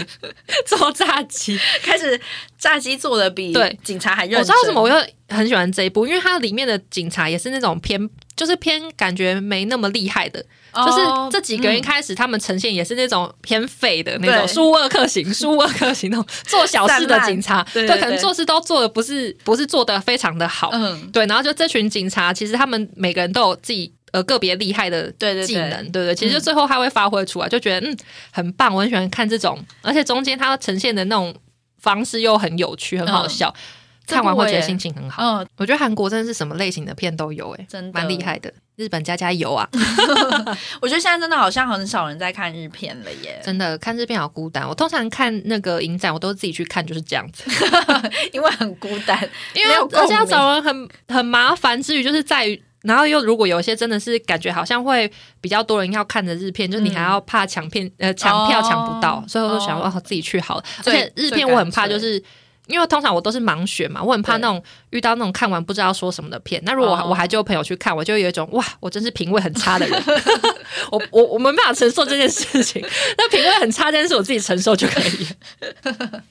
做炸鸡。
开始炸鸡做的比
对
警察还认真。
我知道为什么我又很喜欢这一部，因为它里面的警察也是那种偏，就是偏感觉没那么厉害的，就是
哦
这几个人一
嗯
开始他们呈现也是那种偏废的那种
对
舒沃克型、舒沃克型那种 (laughs) 做小事的警察，
对对
可能
对
做事都做的不是不是做的非常的好，
嗯，
对，然后就这群警察其实他们每个人都有自己。呃，个别厉害的
对对对
技能，对嗯不对？其实就最后他会发挥出来，就觉得嗯很棒，我很喜欢看这种，而且中间他呈现的那种方式又很有趣，很好笑，
这
看完
部
会
我
觉得
也
心情很好。
嗯，
我觉得韩国真的是什么类型的片都有、欸，哎，
真的
蛮厉。害的。日本加加油啊！
我觉得现在真的好像很少人在看日片了
(laughs)
耶，
真的看日片好孤单。我通常看那个影展，我都自己去看，就是这样子。
因为很孤单。
因为
没有共鸣
而且要找人很很麻烦，之余就是在于，然后又如果有一些真的是感觉好像会比较多人要看的日片，就是你还要怕抢片呃抢票
哦
抢不到，所以我就想说
哦
哦自己去好了。而
最
且日片我很怕就是。因为通常我都是盲选嘛，我很怕
对
那种遇到那种看完不知道说什么的片。那如果我、
哦
我还就有朋友去看，我就有一种哇，我真是品味很差的人， (laughs) 我我我没办法承受这件事情。那品味很差这件事我自己承受就可以了。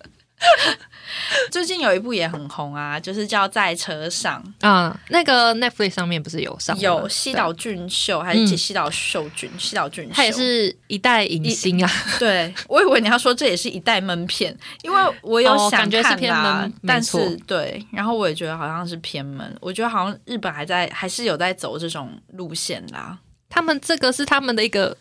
最近有一部也很红啊，就是叫《在车上
啊、那个 Netflix 上面不是有》，上吗
有西岛俊秀还
嗯
是西岛秀俊？西岛俊秀，
他也是一代影星啊，
对，我以为你要说这也是一代闷片，因为我有
哦
想
感觉是
看
偏
啦，
闷没
但
错
是对，然后我也觉得好像是偏闷，我觉得好像日本还在还是有在走这种路线啦。
他们这个是他们的一个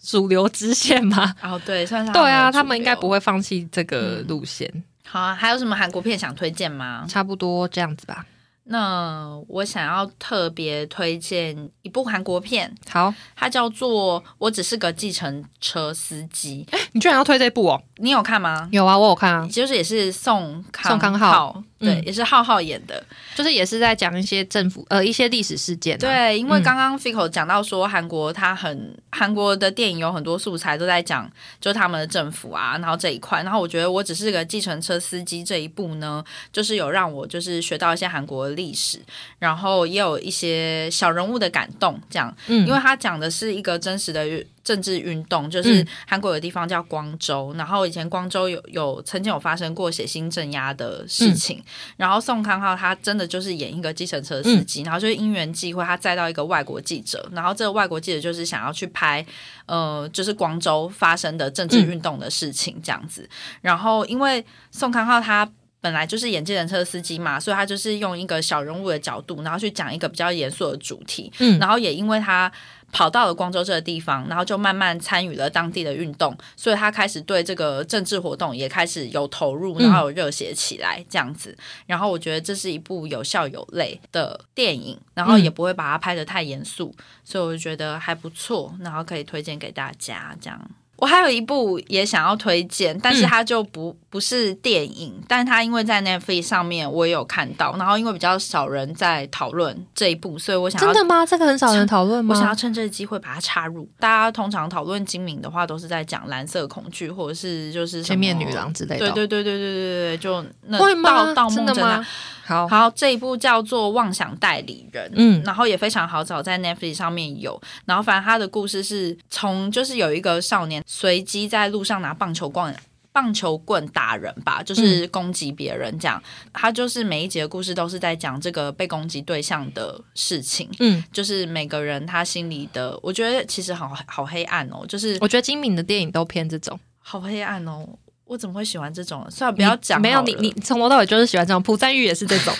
主流支线 (laughs) 吗？
哦，对，算是
对啊，
的主
他们应该
流
不。会放弃这个路线，
好、啊，还有什么韩国片想推荐吗？
差不多这样子吧。
那我想要特别推荐一部韩国片，
好，
它叫做《我只是个计程车司机》，
你居然要推这部哦？
你有看吗？
有啊，我有看啊，
就是也是宋康
宋康昊
昊，对，
嗯
也是浩浩演的。
就是也是在讲一些政府呃一些历史事件、啊。，
对，因为
嗯
刚刚 Fico 讲到说，韩国它很韩国的电影有很多素材都在讲，就是他们的政府啊，然后这一块。然后我觉得我只是个计程车司机这一步呢，就是有让我就是学到一些韩国的历史，然后也有一些小人物的感动这样。
嗯
因为它讲的是一个真实的运政治运动，就是
嗯
韩国有个地方叫光州，然后以前光州有有曾经有发生过血腥镇压的事情，然后宋康昊他真的就是演一个计程车司机，然后就是因缘际会，他载到一个外国记者，然后这个外国记者就是想要去拍，呃，就是广州发生的政治运动的事情这样子，然后因为宋康昊他。本来就是演计程车司机嘛，所以他就是用一个小人物的角度，然后去讲一个比较严肃的主题。
嗯
然后也因为他跑到了光州这个地方，然后就慢慢参与了当地的运动，所以他开始对这个政治活动也开始有投入，
嗯
然后有热血起来这样子。然后我觉得这是一部有笑有泪的电影，然
嗯
后也不会把它拍得太严肃，所以我就觉得还不错，然后可以推荐给大家这样。我还有一部也想要推荐，但
嗯
是它就不、不是电影，但它因为在 Netflix 上面我也有看到，然后因为比较少人在讨论这一部，所以我想
真
要
的吗？这个很少人讨论
我想要
吗？
趁这个机会把它插入。大家通常讨论精明的话，都是在讲蓝色恐惧，或者是就是什么
千面女。郎之类的，
对对对对对对对对，就那
会
盗
吗？
盗
真
梦
的
真爱
吗。？好，
好，这一部叫做《妄想代理人》，
嗯
然后也非常好找，在 Netflix 上面有。然后反正他的故事是从就是有一个少年随机在路上拿棒球棍。棒球棍打人吧，就是攻击别人这样。他就是每一集的故事都是在讲这个被攻击对象的事情，
嗯，
就是每个人他心里的，我觉得其实好好黑暗哦，就是
我觉得金敏的电影都偏这种，
好黑暗哦。我怎么会喜欢这种？算了，不要讲好了。
没有你，你从头到尾就是喜欢这种，朴赞玉也是这种，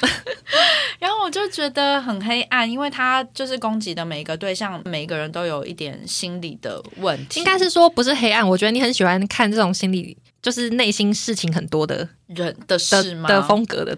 然后我就觉得很黑暗，因为他就是攻击的每一个对象，每一个人都有一点心理的问题。
应该是说不是黑暗，我觉得你很喜欢看这种心理。就是内心事情很多的
人的事
的
吗？
的风格的，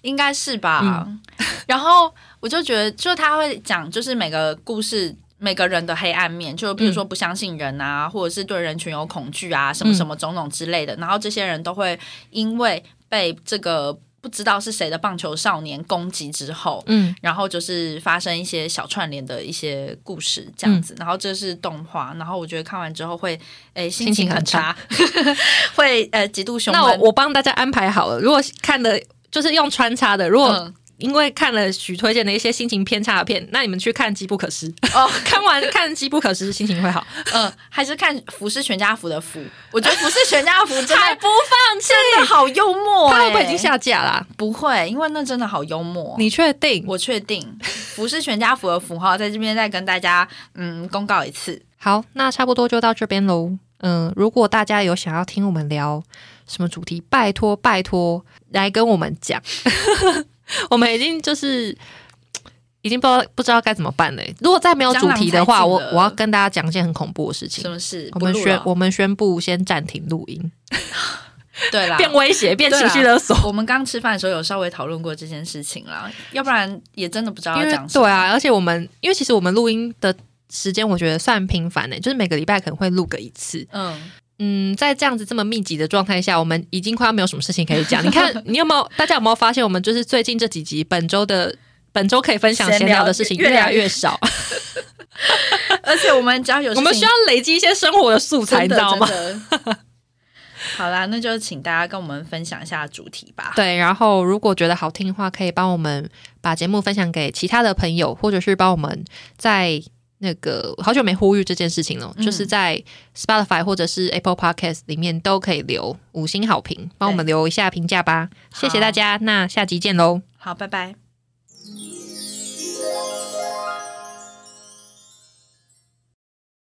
应该是吧。 (laughs) 然后我就觉得，就他会讲，就是每个故事。每个人的黑暗面，就比如说不相信人啊，或者是对人群有恐惧啊，什么什么种种之类的。然后这些人都会因为被这个不知道是谁的棒球少年攻击之后，
嗯，
然后就是发生一些小串联的一些故事这样子，
嗯
然后这是动画，然后我觉得看完之后会诶心
心情
情
很
很差， (laughs) 会呃极度凶
那我
闷。
我帮大家安排好了。如果看的，就是用穿插的，如果
嗯
因为看了许推荐的一些心情偏差的片，那你们去看《机不可失》 (laughs)
哦，
看完看《机不可失》，心情会好。
(laughs) 嗯，还是看服是全家福的福，我觉得服是全家福真的
不放弃，
真的好幽默、欸，
他会不会已经下架啦、
不会，因为那真的好幽默。
你确定？
(laughs) 我确定，服是全家福的符号，在这边再跟大家嗯公告一次。
好，那差不多就到这边喽。嗯，如果大家有想要听我们聊什么主题，拜托拜托来跟我们讲。 (laughs) 我们已经就是已经不知道不知道该怎么办嘞。如果再没有主题的
江
话，
郎才尽
我
了
我要跟大家讲一件很恐怖的事
什
情。
么啊事？
我
不
们
录
宣
了
我们宣布先暂停录音，
对啦，
变威胁，变
对
情
啦
绪勒索。
我们刚吃饭的时候有稍微讨论过这件事情啦，要不然也真的不知道
因
要
为
讲什么。
对啊，而且我们因为其实我们录音的时间我觉得算频繁的，就是每个礼拜可能会录个一次。
嗯，
嗯，在这样子这么密集的状态下，我们已经快要没有什么事情可以讲。你看，你有没有大家有没有发现，我们就是最近这几集本周的本周可以分享
闲
闲
聊
聊的事情
越
越
来
来
越
越少？
而且我们只要有事
我
情
们需要累积一些生活的素材，
真
你
的
知道吗？
真的好啦，那就请大家跟我们分享一下主题吧。
对，然后如果觉得好听的话，可以帮我们把节目分享给其他的朋友，或者是帮我们在那个好久没呼吁这件事情了，就是在 Spotify 或者是 Apple Podcast 里面都可以留五星好评，帮我们留一下评价吧，谢谢大家，那下集见喽。
好，拜拜。